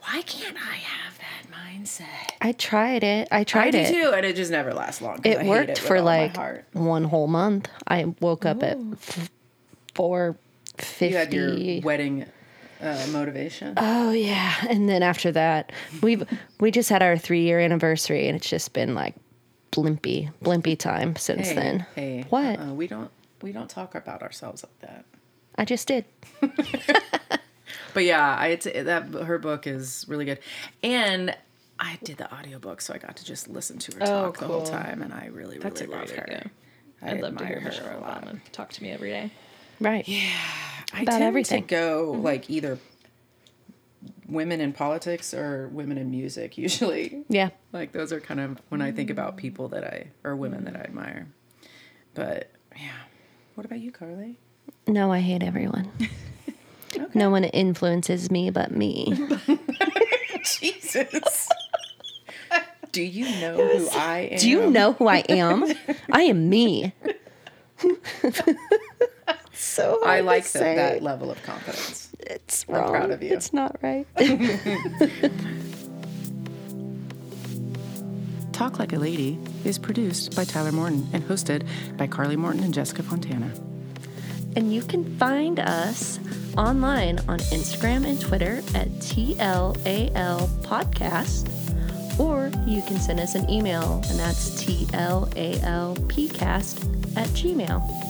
Speaker 3: why can't i have that mindset
Speaker 1: I tried it. I
Speaker 3: i
Speaker 1: tried
Speaker 3: do
Speaker 1: it.
Speaker 3: too and it just never lasts long 'cause I
Speaker 1: It
Speaker 3: hate
Speaker 1: worked
Speaker 3: with
Speaker 1: for
Speaker 3: all my
Speaker 1: like
Speaker 3: heart.
Speaker 1: one whole month. I woke up at four
Speaker 3: you had your
Speaker 1: fifty.
Speaker 3: wedding uh, motivation
Speaker 1: Oh yeah, and then after that, we've we just had our three year anniversary, and it's just been like blimpy, blimpy time since
Speaker 3: hey,
Speaker 1: then.
Speaker 3: hey
Speaker 1: what?
Speaker 3: uh-uh, we don't we don't talk about ourselves like that
Speaker 1: I just did.
Speaker 3: But yeah, I it's that her book is really good. And I did the audiobook, so I got to just listen to her
Speaker 1: Oh,
Speaker 3: talk the whole
Speaker 2: cool.
Speaker 3: time and I really,
Speaker 2: That's
Speaker 3: really
Speaker 2: a
Speaker 3: love
Speaker 2: great
Speaker 3: her.
Speaker 2: idea.
Speaker 3: I
Speaker 2: I'd love to
Speaker 3: admire
Speaker 2: hear Michelle
Speaker 3: a lot.
Speaker 2: Obama talk to me every day.
Speaker 1: Right.
Speaker 3: I
Speaker 1: About
Speaker 3: tend
Speaker 1: everything. Mm-hmm.
Speaker 3: to go like either women in politics or women in music usually.
Speaker 1: Yeah.
Speaker 3: Like those are kind of when I think
Speaker 1: Mm.
Speaker 3: about people that I or women that I admire. But yeah. What about you, Carly?
Speaker 1: No, I hate everyone. No one influences me but me.
Speaker 3: Jesus. Do you know who I am?
Speaker 1: Do you know who I am? I am me. so
Speaker 3: I
Speaker 1: hard to
Speaker 3: like that,
Speaker 1: say.
Speaker 3: that level of confidence.
Speaker 1: It's wrong.
Speaker 3: proud of you.
Speaker 1: It's not right.
Speaker 3: Talk Like a Lady is produced by Tyler Morton and hosted by Carly Morton and Jessica Fontana.
Speaker 1: And you can find us online on Instagram and Twitter at TLAL Podcast, or you can send us an email, and that's TLALPcast at gmail.